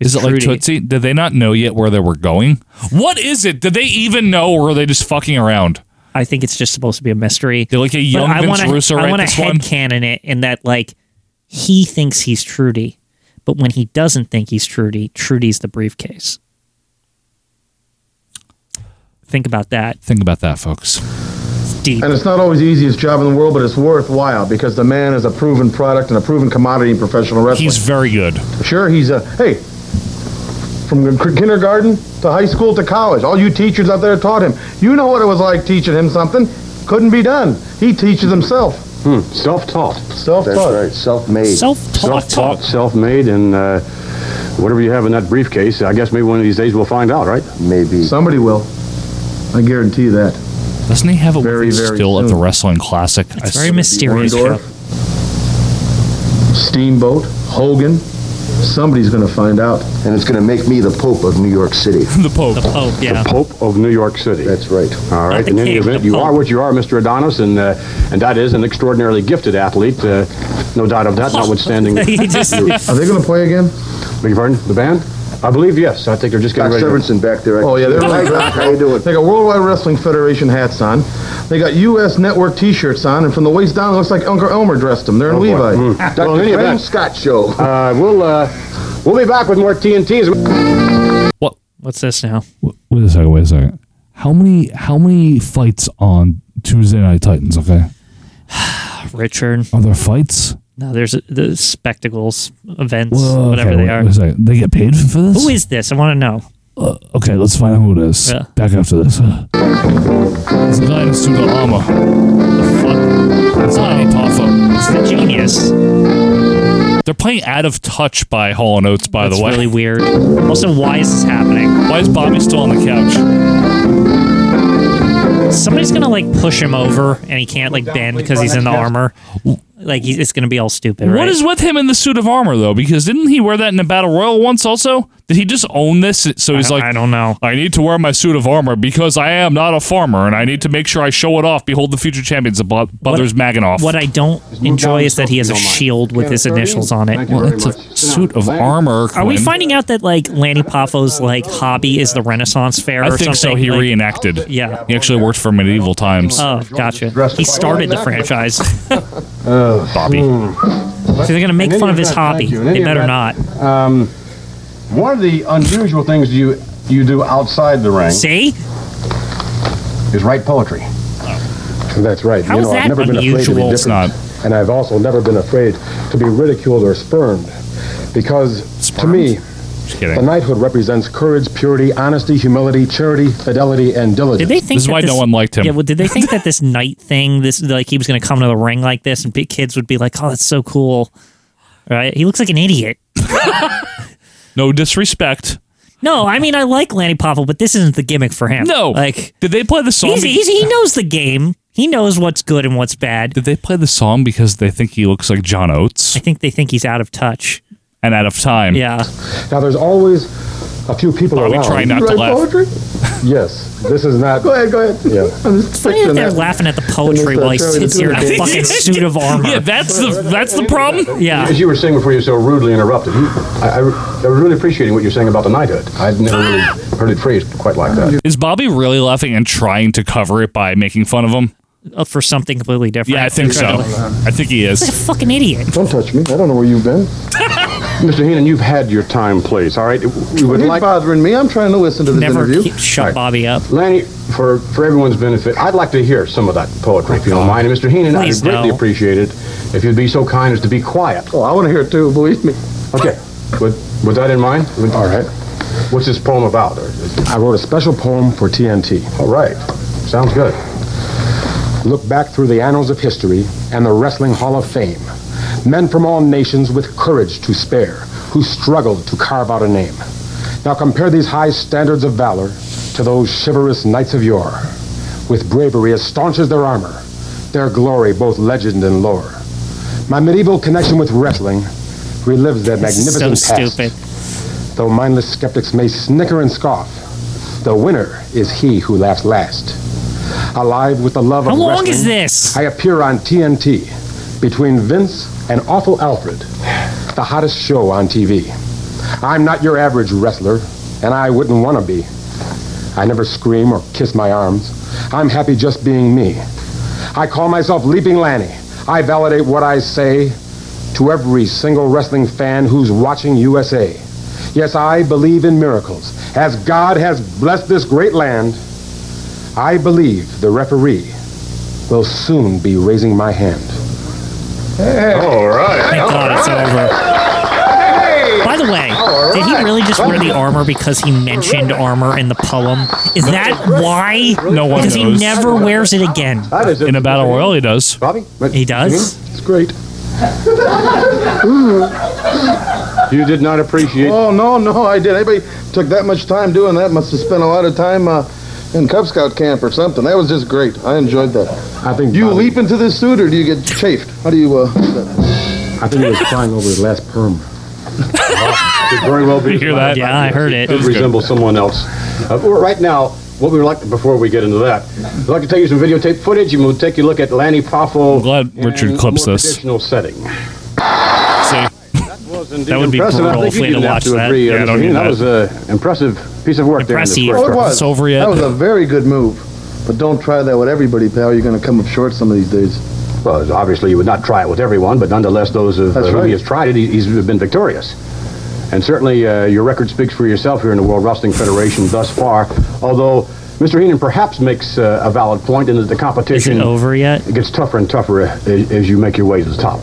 Is it like
Trudy.
Tootsie? Did they not know yet where they were going? What is it? Did they even know or are they just fucking around?
I think it's just supposed to be a mystery.
Did like a young
but I
Vince
wanna,
Russo
I
write
wanna
this one?
headcanon it in that like he thinks he's Trudy, but when he doesn't think he's Trudy, Trudy's the briefcase. Think about that.
Think about that, folks.
It's deep.
And it's not always the easiest job in the world, but it's worthwhile because the man is a proven product and a proven commodity in professional wrestling.
He's very good.
sure, he's a hey. From k- kindergarten to high school to college, all you teachers out there taught him. You know what it was like teaching him something. Couldn't be done. He teaches himself.
Hmm.
Self-taught.
Self-taught.
That's right, self-made.
Self-taught.
Self-taught, self-made, and uh, whatever you have in that briefcase, I guess maybe one of these days we'll find out, right?
Maybe.
Somebody will. I guarantee you that.
Doesn't he have a
Very,
weapon
very
still at the
soon.
Wrestling Classic? I
It's very
s-
mysterious.
Orndorff.
Joe.
Steamboat, Hogan. Somebody's going to find out.
And it's going to make me the Pope of New York City.
the Pope.
The Pope, yeah.
Pope of New York City.
That's right.
All right.
the
In any
king,
event,
the
you
Pope.
are what you are, Mr. Adonis, and uh, and that is an extraordinarily gifted athlete. Uh, no doubt of that. Notwithstanding. Beg
He just-
Are they going to play again?
your pardon? The band? I believe yes. I think they're just
Doc
getting ready. to-
Severinsen back there.
Oh, yeah, they're
Hi, Doc. How you doing?
They got Worldwide Wrestling Federation hats on. They got U.S. Network T-shirts on, and from the waist down, it looks like Uncle Elmer dressed them. They're in
Oh, boy.
Levi.
Mm. Well, in
Well,
any
Fran
event-
Scott Show.
Uh, we'll uh, we'll be back with more TNT. as we-
What?
What's this now?
Wait a second. Wait a second. How many? How many fights on Tuesday Night Titans? Okay.
Richard.
Are there fights?
No, there's uh, the spectacles, events,
Whoa,
whatever
okay,
they
wait-
are.
wait a second. They get paid for this?
Who is this? I want to know.
Uh, okay, let's find out who it is.
Yeah.
Back after this. It's the guy in a suit of armor. The fuck? It's not any Toffo.
It's the genius.
They're playing Out of Touch by Hall and Oates, by
That's
the way.
really weird. Also, why is this happening?
Why is Bobby still on the couch?
Somebody's gonna like push him over, and he can't like bend because he's in the armor. Like he's, it's gonna be all stupid.
What
right?
is with him in the suit of armor, though? Because didn't he wear that in a battle royal once also? Did he just own this? So he's
I-
like,
I don't know.
I need to wear my suit of armor because I am not a farmer and I need to make sure I show it off. Behold the future champions of Bo- Brothers Maganoff.
What I don't enjoy is that he has a shield with his initials on it.
well, it's a suit of armor.
Are we
Quinn.
finding out that like Lanny Poffo's like hobby is the Renaissance fair
I
or
think so.
something?
He
Like-
reenacted.
Yeah.
He actually worked for medieval times.
Oh, gotcha. He started the franchise. so
Bobby.
they're gonna make
In any
fun of his
event,
hobby.
thank you. In any
They better not.
event, Um, one of the unusual things you you do outside the ring
See?
is write poetry. That's right.
How
you
is
know, I've
that
never been afraid of
unusual?
the
It's not.
difference.
and I've also never been afraid to be ridiculed or spurned. Because to me, the knighthood represents courage, purity, honesty, humility, charity, fidelity, and diligence.
Did they think that this- Yeah, well, did they think that this knight thing, this like he was going to come to the ring like this, and big kids would be like, "Oh, that's so cool," right? He looks like an idiot.
no disrespect.
No, I mean I like Lanny Poffel, but this isn't the gimmick for him.
No.
like
did they play the song?
He's,
be-
he's, he knows the game. He knows what's good and what's bad.
Did they play the song because they think he looks like John Oates? I
think they think he's out of touch
and out of time.
Yeah.
Now, there's always a few people
Are we
around.
trying not You to write laugh? poetry?
yes, this is not. Go ahead, go ahead. Yeah.
I'm just
picturing
they're
that.
laughing at the poetry while he sits here in a fucking suit of armor.
Yeah, that's the that's the problem.
Yeah.
As you were saying before you so rudely interrupted, you, I, I, I was really appreciating what you're saying about the knighthood. I'd never really heard it phrased quite like that.
Is Bobby really laughing and trying to cover it by making fun of him?
Uh, for something completely different.
Yeah, I think so. I think he
He's like
is.
a fucking idiot.
Don't touch me. I don't know where you've been.
Mr. Heenan, you've had your time, please. All right, we would
You're
like
bothering me. I'm trying to listen to this
Never
interview.
keep-
shut Bobby up.
Lanny, for for everyone's benefit, I'd like to hear some of that poetry, if you don't mind. And Mr. Heenan,
Please,
I'd greatly
no.
appreciate it if you'd be so kind as to be quiet.
Oh, I want to hear it too. Believe me.
Okay. With with that in mind, would-
All right.
What's this poem about?
I wrote a special poem for TNT.
All right. Sounds good.
Look back through the annals of history and the Wrestling Hall of Fame. Men from all nations with courage to spare, who struggled to carve out a name. Now compare these high standards of valor to those chivalrous knights of yore, with bravery as staunch as their armor, their glory both legend and lore. My medieval connection with wrestling relives their
This is
magnificent
so
past.
stupid.
Though mindless skeptics may snicker and scoff, the winner is he who laughs last. Alive with the love
How
of
long
wrestling,
is this?
I appear on TNT between Vince and Awful Alfred, the hottest show on TV. I'm not your average wrestler, and I wouldn't want to be. I never scream or kiss my arms. I'm happy just being me. I call myself Leaping Lanny. I validate what I say to every single wrestling fan who's watching USA. Yes, I believe in miracles. As God has blessed this great land, I believe the referee will soon be raising my hand.
All right. Thank God it's over. By the way, did he really just wear the armor because he mentioned armor in the poem? Is that why?
No one
Because he
knows.
never wears it again.
In a battle royal, he does. Bobby,
he does.
It's great.
You did not appreciate.
Oh no, no, I did. Anybody took that much time doing that must have spent a lot of time uh, in Cub Scout camp or something. That was just great. I enjoyed that. I think you leap into this suit or do you get chafed? How do you? Uh, I think he was crying over his last perm.
Could very well be.
You hear that? Yeah, I heard it. It was good.
resemble someone else. Uh, well, right now, what we would like before we get into that, I'd like to take you some videotape footage, and we'll take you a look at Lanny Poffo.
glad Richard
in a
clips
more
this.
Traditional setting.
That would be
impressive. I
brutal if
think you
we had
didn't
to
have
watch
to
that.
agree. uh,
Yeah, I don't
Mr.
do
Heenan,
that.
that was an impressive piece of work
Impressive.
Oh,
there. In
It
the first
was. over yet.
That was a very good move. But don't try that with everybody, pal. You're going to come up short some of these days.
Well, obviously, you would not try it with everyone, but nonetheless, those of, uh,
That's
whom
right.
he has tried it, he, he's been victorious. And certainly, uh, your record speaks for yourself here in the World Wrestling Federation thus far. Although, Mr. Heenan perhaps makes uh, a valid point in that the competition
over yet
gets tougher and tougher uh, as, as you make your way to the top.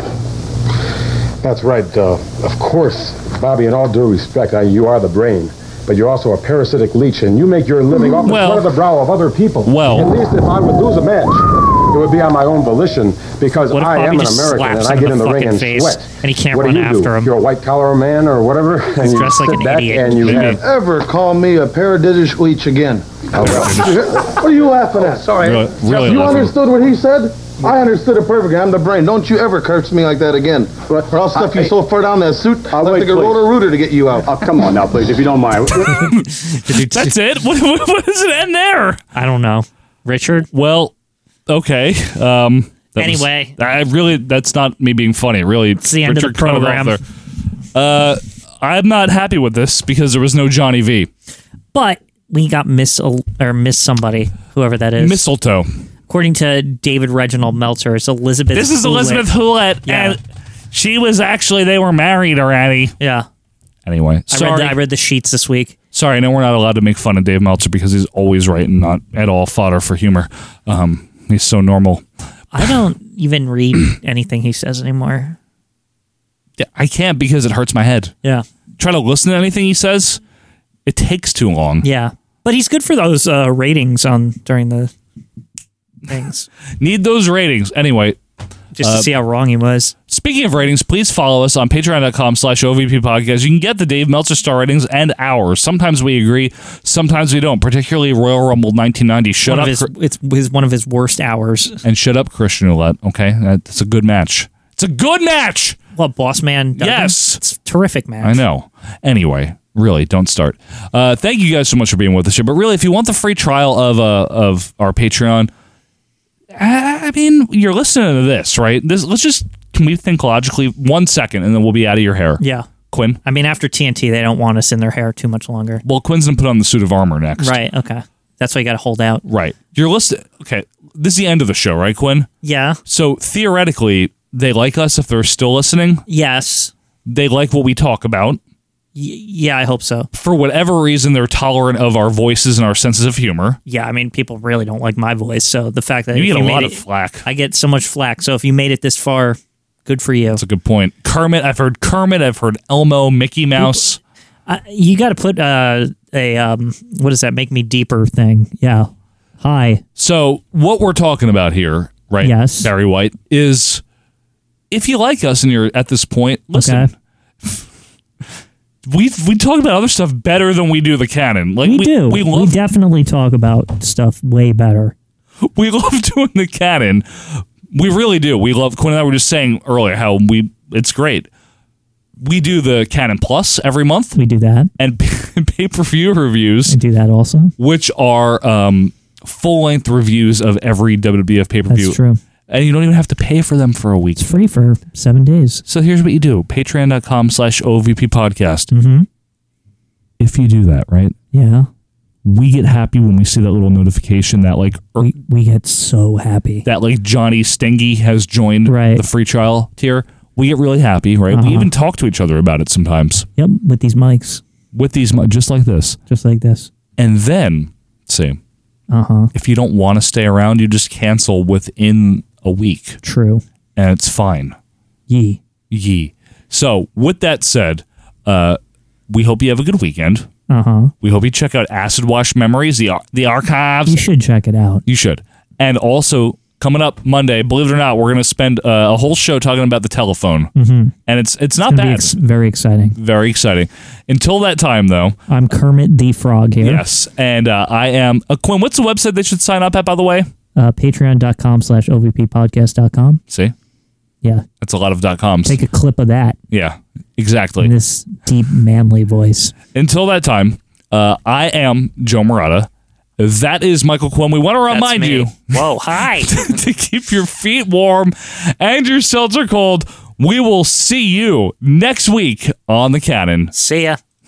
That's right. Uh, of course, Bobby. In all due respect, I, you are the brain, but you're also a parasitic leech, and you make your living off the
Well-
sweat of the brow of other people.
Well-
at least if I would lose a match, it would be on my own volition because
What if
I
Bobby
am an
just
American
slaps
and
him
I
in
get
the
in the ring
fucking
and
face
sweat.
and he can't
what
run
do you do?
after him?
You're a white collar man or whatever, and you
dressed like
sit
an
back
idiot.
and you
Maybe.
have
Ever call me a paradisic leech again?
Oh,
what are you laughing at? sorry.
Really- really
you
laughing.
understood what he said? I understood it perfectly. I'm the brain. Don't you ever curse me like that again. Or I'll stuff you so far down that suit, I'll have
wait,
to get
please.
roller rooter to get you out.
Oh, come on now, please, if you don't mind.
That's it. What, what, what does it end there?
I don't know, Richard.
Well, okay. Um, that was-
Anyway.
I really that's not me being funny. Really, it's
the end of the program.
Uh, I'm not happy with this because there was no Johnny V.
But we got miss or miss somebody, whoever that is.
Mistletoe.
According to David Reginald Meltzer, it's Elizabeth.
This is
Hewlett.
Elizabeth Hewlett,
Yeah.
and she was actually they were married already.
Yeah.
Anyway,
I read the-
sorry.
I read the sheets this week.
Sorry, I know we're not allowed to make fun of Dave Meltzer because he's always right and not at all fodder for humor. Um, he's so normal.
I don't even read anything he says anymore.
Yeah, I can't because it hurts my head.
Yeah.
Try to listen to anything he says, it takes too long.
Yeah, but he's good for those uh, ratings on during the things.
Need those ratings. Anyway.
Just to see
how
wrong he was.
Speaking of ratings, please follow us on patreon.com slash OVP podcast. You can get the Dave Meltzer star ratings and ours. Sometimes we agree, sometimes we don't, particularly Royal Rumble 1990. Shut
one
up.
of his,
Chr-
it's his, one of his worst hours.
and shut up, Christian Ouellette. Okay, that's a good match. It's a good match.
What boss man? Duncan?
Yes.
it's a terrific match.
I know. Anyway, really, don't start. Uh, thank you guys so much for being with us here. But really, if you want the free trial of uh, of our Patreon, I I mean, you're listening to this, right? This let's just can we think logically one second, and then we'll be out of your hair.
Yeah,
Quinn.
I mean, after TNT, they don't want us in their hair too much longer.
Well, Quinn's gonna put on the suit of armor next.
Right. Okay. That's why you got to hold out.
Right. You're listening. Okay, this is the end of the show, right, Quinn?
Yeah.
So theoretically, they like us if they're still listening.
Yes.
They like what we talk about.
yeah, I hope so.
For whatever reason, they're tolerant of our voices and our senses of humor.
Yeah, I mean, people really don't like my voice. So the fact that
You
if
get a
made
lot
it-
of flack.
I get so much flack. So if you made it this far, good for you. That's
a good point. Kermit, I've heard Kermit, I've heard Elmo, Mickey Mouse.
I, you got to put uh, a um, what does that make me deeper thing? Yeah. Hi.
So what we're talking about here, right? Yes. Barry White is if you like us and you're at this point, listen. We we talk about other stuff better than we do the canon. Like we, we love
definitely talk about stuff way better.
we love doing the canon. We really do. We love Quinn and I were just saying earlier how we it's great. We do the canon plus every month.
We do that.
and pay per view reviews,
I do that also.
which are um, full length reviews of every WWF pay per view.
That's true.
And you don't even have to pay for them for a week.
It's free for seven days.
So here's what you do: patreon.com slash OVP podcast.
Mm-hmm.
If you do that, right?
Yeah.
We get happy when we see that little notification that like er-
We get so happy.
that like Johnny Stengy has joined the free trial tier. We get really happy, right?
Uh-huh.
We even talk to each other about it sometimes
Yep. With these mics,
with these mu- just like this.
just like this.
And then see,
Uh huh.
if you don't want to stay around, you just cancel within a week.
True.
And it's fine.
Yee.
Yee. So, with that said, uh, we hope you have a good weekend.
Uh huh.
We hope you check out Acid Wash Memories, the, ar- the archives.
You should check it out.
You should. And also, coming up Monday, believe it or not, we're going to spend uh, a whole show talking about the telephone.
Mm-hmm.
And it's it's not bad.
Ex- very exciting.
Very exciting. Until that time, though.
I'm Kermit the Frog here.
Yes. And uh, I am. Uh, Quinn, what's the website they should sign up at, by the way?
Uh, Patreon.com slash OVPpodcast.com.
See?
Yeah.
That's a lot of dot coms.
Take a clip of that
Yeah, exactly.
in this deep, manly voice.
Until that time, uh, I am Joe Murata. That is Michael Quinn. We want to remind
me.
you
Whoa, hi.
to keep your feet warm and your seltzer cold. We will see you next week on the Cannon.
See ya.